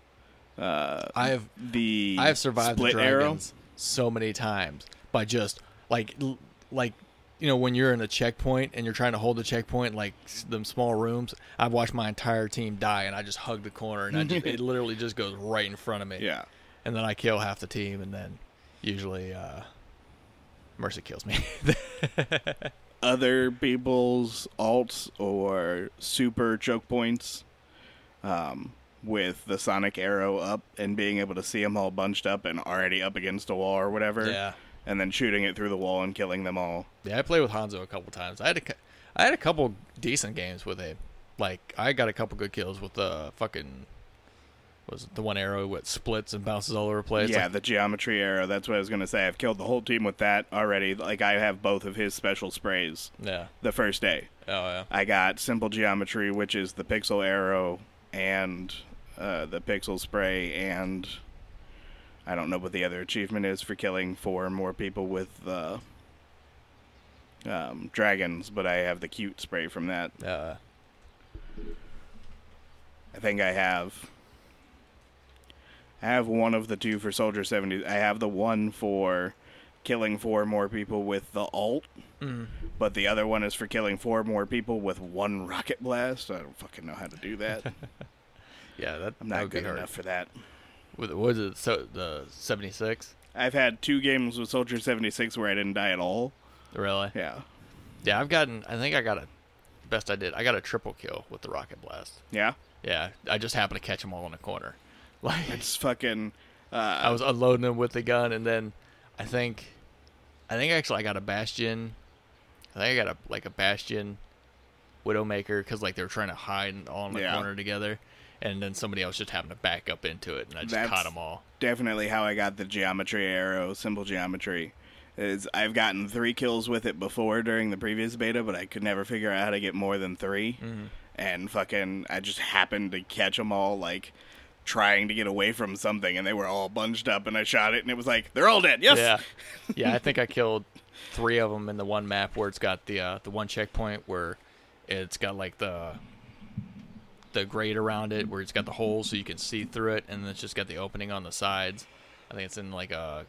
S1: uh,
S2: I have
S1: the
S2: I have survived
S1: split
S2: the
S1: arrow.
S2: dragons so many times by just like l- like you know when you're in a checkpoint and you're trying to hold the checkpoint like s- them small rooms. I've watched my entire team die and I just hug the corner and I just, it literally just goes right in front of me.
S1: Yeah,
S2: And then I kill half the team and then usually uh Mercy kills me.
S1: other people's alts or super choke points um, with the sonic arrow up and being able to see them all bunched up and already up against a wall or whatever.
S2: yeah.
S1: and then shooting it through the wall and killing them all.
S2: Yeah, I played with Hanzo a couple times. I had a, cou- I had a couple decent games with him. Like I got a couple good kills with the fucking was it the one arrow that splits and bounces all over the place.
S1: yeah,
S2: Like,
S1: the geometry arrow. That's what I was gonna say. I've killed the whole team with that already. Like I have both of his special sprays
S2: yeah.
S1: the first day.
S2: Oh yeah.
S1: I got simple geometry, which is the pixel arrow and uh, the pixel spray, and I don't know what the other achievement is for killing four or more people with uh, um, dragons, but I have the cute spray from that.
S2: Uh,
S1: I think I have. I have one of the two for Soldier 70. I have the one for killing four more people with the alt,
S2: mm.
S1: but the other one is for killing four more people with one rocket blast. I don't fucking know how to do that.
S2: Yeah, that
S1: I'm
S2: that
S1: not
S2: would be
S1: good
S2: hard.
S1: enough for that.
S2: With what is it? So the seventy six.
S1: I've had two games with Soldier 76 where I didn't die at all.
S2: Really?
S1: Yeah.
S2: Yeah, I've gotten. I think I got a best I did. I got a triple kill with the rocket blast.
S1: Yeah.
S2: Yeah, I just happened to catch them all in a corner. Like
S1: It's fucking. Uh,
S2: I was unloading them with the gun, and then I think, I think actually I got a Bastion. I think I got a like a Bastion, Widowmaker, because like they were trying to hide and all in the
S1: Yeah.
S2: corner together, and then somebody else just happened to back up into it, and I just
S1: That's-
S2: caught them all.
S1: definitely how I got the geometry arrow, simple geometry. Is I've gotten three kills with it before during the previous beta, but I could never figure out how to get more than 3 And fucking, I just happened to catch them all like trying to get away from something, and they were all bunched up, and I shot it, and it was like they're all dead. Yes.
S2: Yeah, yeah. I think I killed three of them in the one map where it's got the uh, the one checkpoint where it's got like the the grate around it where it's got the hole so you can see through it, and it's just got the opening on the sides. I think it's in like a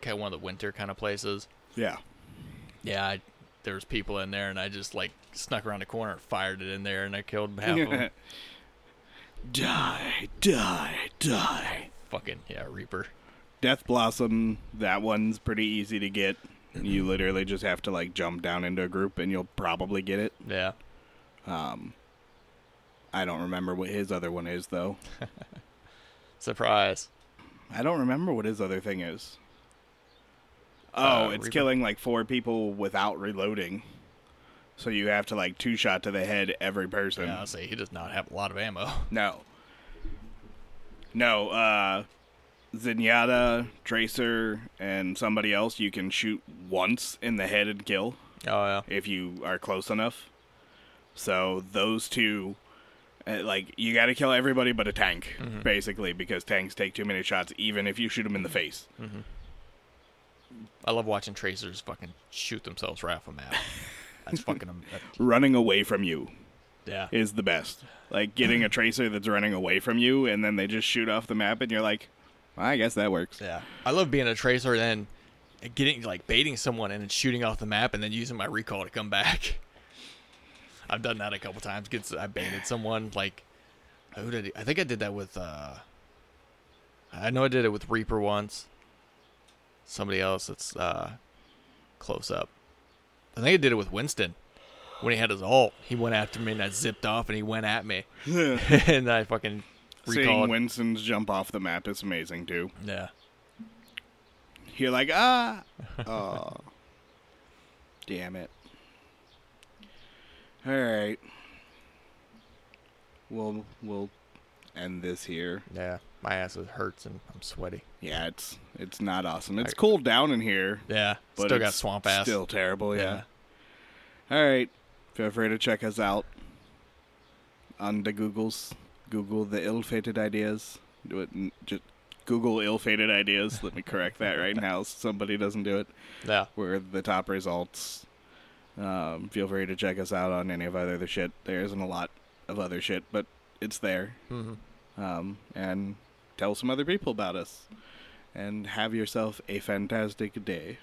S2: kind of one of the winter kind of places.
S1: Yeah.
S2: Yeah, I, there was people in there, and I just like snuck around the corner and fired it in there, and I killed half of them.
S1: die, die, die.
S2: Fucking yeah, Reaper.
S1: Death Blossom, that one's pretty easy to get. You literally just have to like jump down into a group and you'll probably get it.
S2: Yeah.
S1: Um, I don't remember what his other one is though.
S2: Surprise.
S1: I don't remember what his other thing is. Oh,
S2: Uh,
S1: it's
S2: Reaper.
S1: killing like four people without reloading. So you have to like two shot to the head every person.
S2: Yeah, I'll say he does not have a lot of ammo.
S1: No. No, uh Zenyatta, Tracer, and somebody else you can shoot once in the head and kill
S2: Oh yeah.
S1: if you are close enough. So those two uh, like you got to kill everybody but a tank basically because tanks take too many shots even if you shoot them in the face.
S2: I love watching tracers fucking shoot themselves right off a map. That's fucking. am- that-
S1: Running away from you
S2: yeah.
S1: is the best. Like getting a tracer that's running away from you and then they just shoot off the map and you're like, I guess that works.
S2: Yeah. I love being a tracer and then getting like baiting someone and then shooting off the map and then using my recall to come back. I've done that a couple times. Gets I baited someone like who did I- I think I did that with uh I know I did it with Reaper once. Somebody else that's uh close up. I think I did it with Winston. When he had his ult, he went after me and I zipped off and he went at me. and I fucking
S1: Seeing
S2: recalled.
S1: Winston's jump off the map is amazing too.
S2: yeah.
S1: You're like, ah, oh, damn it. All right, we'll we'll end this here.
S2: Yeah. My ass is hurts and I'm sweaty.
S1: Yeah, it's it's not awesome. It's cooled down in here,
S2: Yeah,
S1: but
S2: still got
S1: it's
S2: swamp ass.
S1: Still terrible. Yeah. All right, feel free to check us out on the Googles. Google the ill-fated ideas. Do it. n- Just Google ill-fated ideas. Let me correct that right now. so Somebody doesn't do it.
S2: yeah,
S1: We're the top results. Um, feel free to check us out on any of our other shit. There isn't a lot of other shit, but it's there.
S2: Mhm.
S1: Um, and tell some other people about us. And have yourself a fantastic day.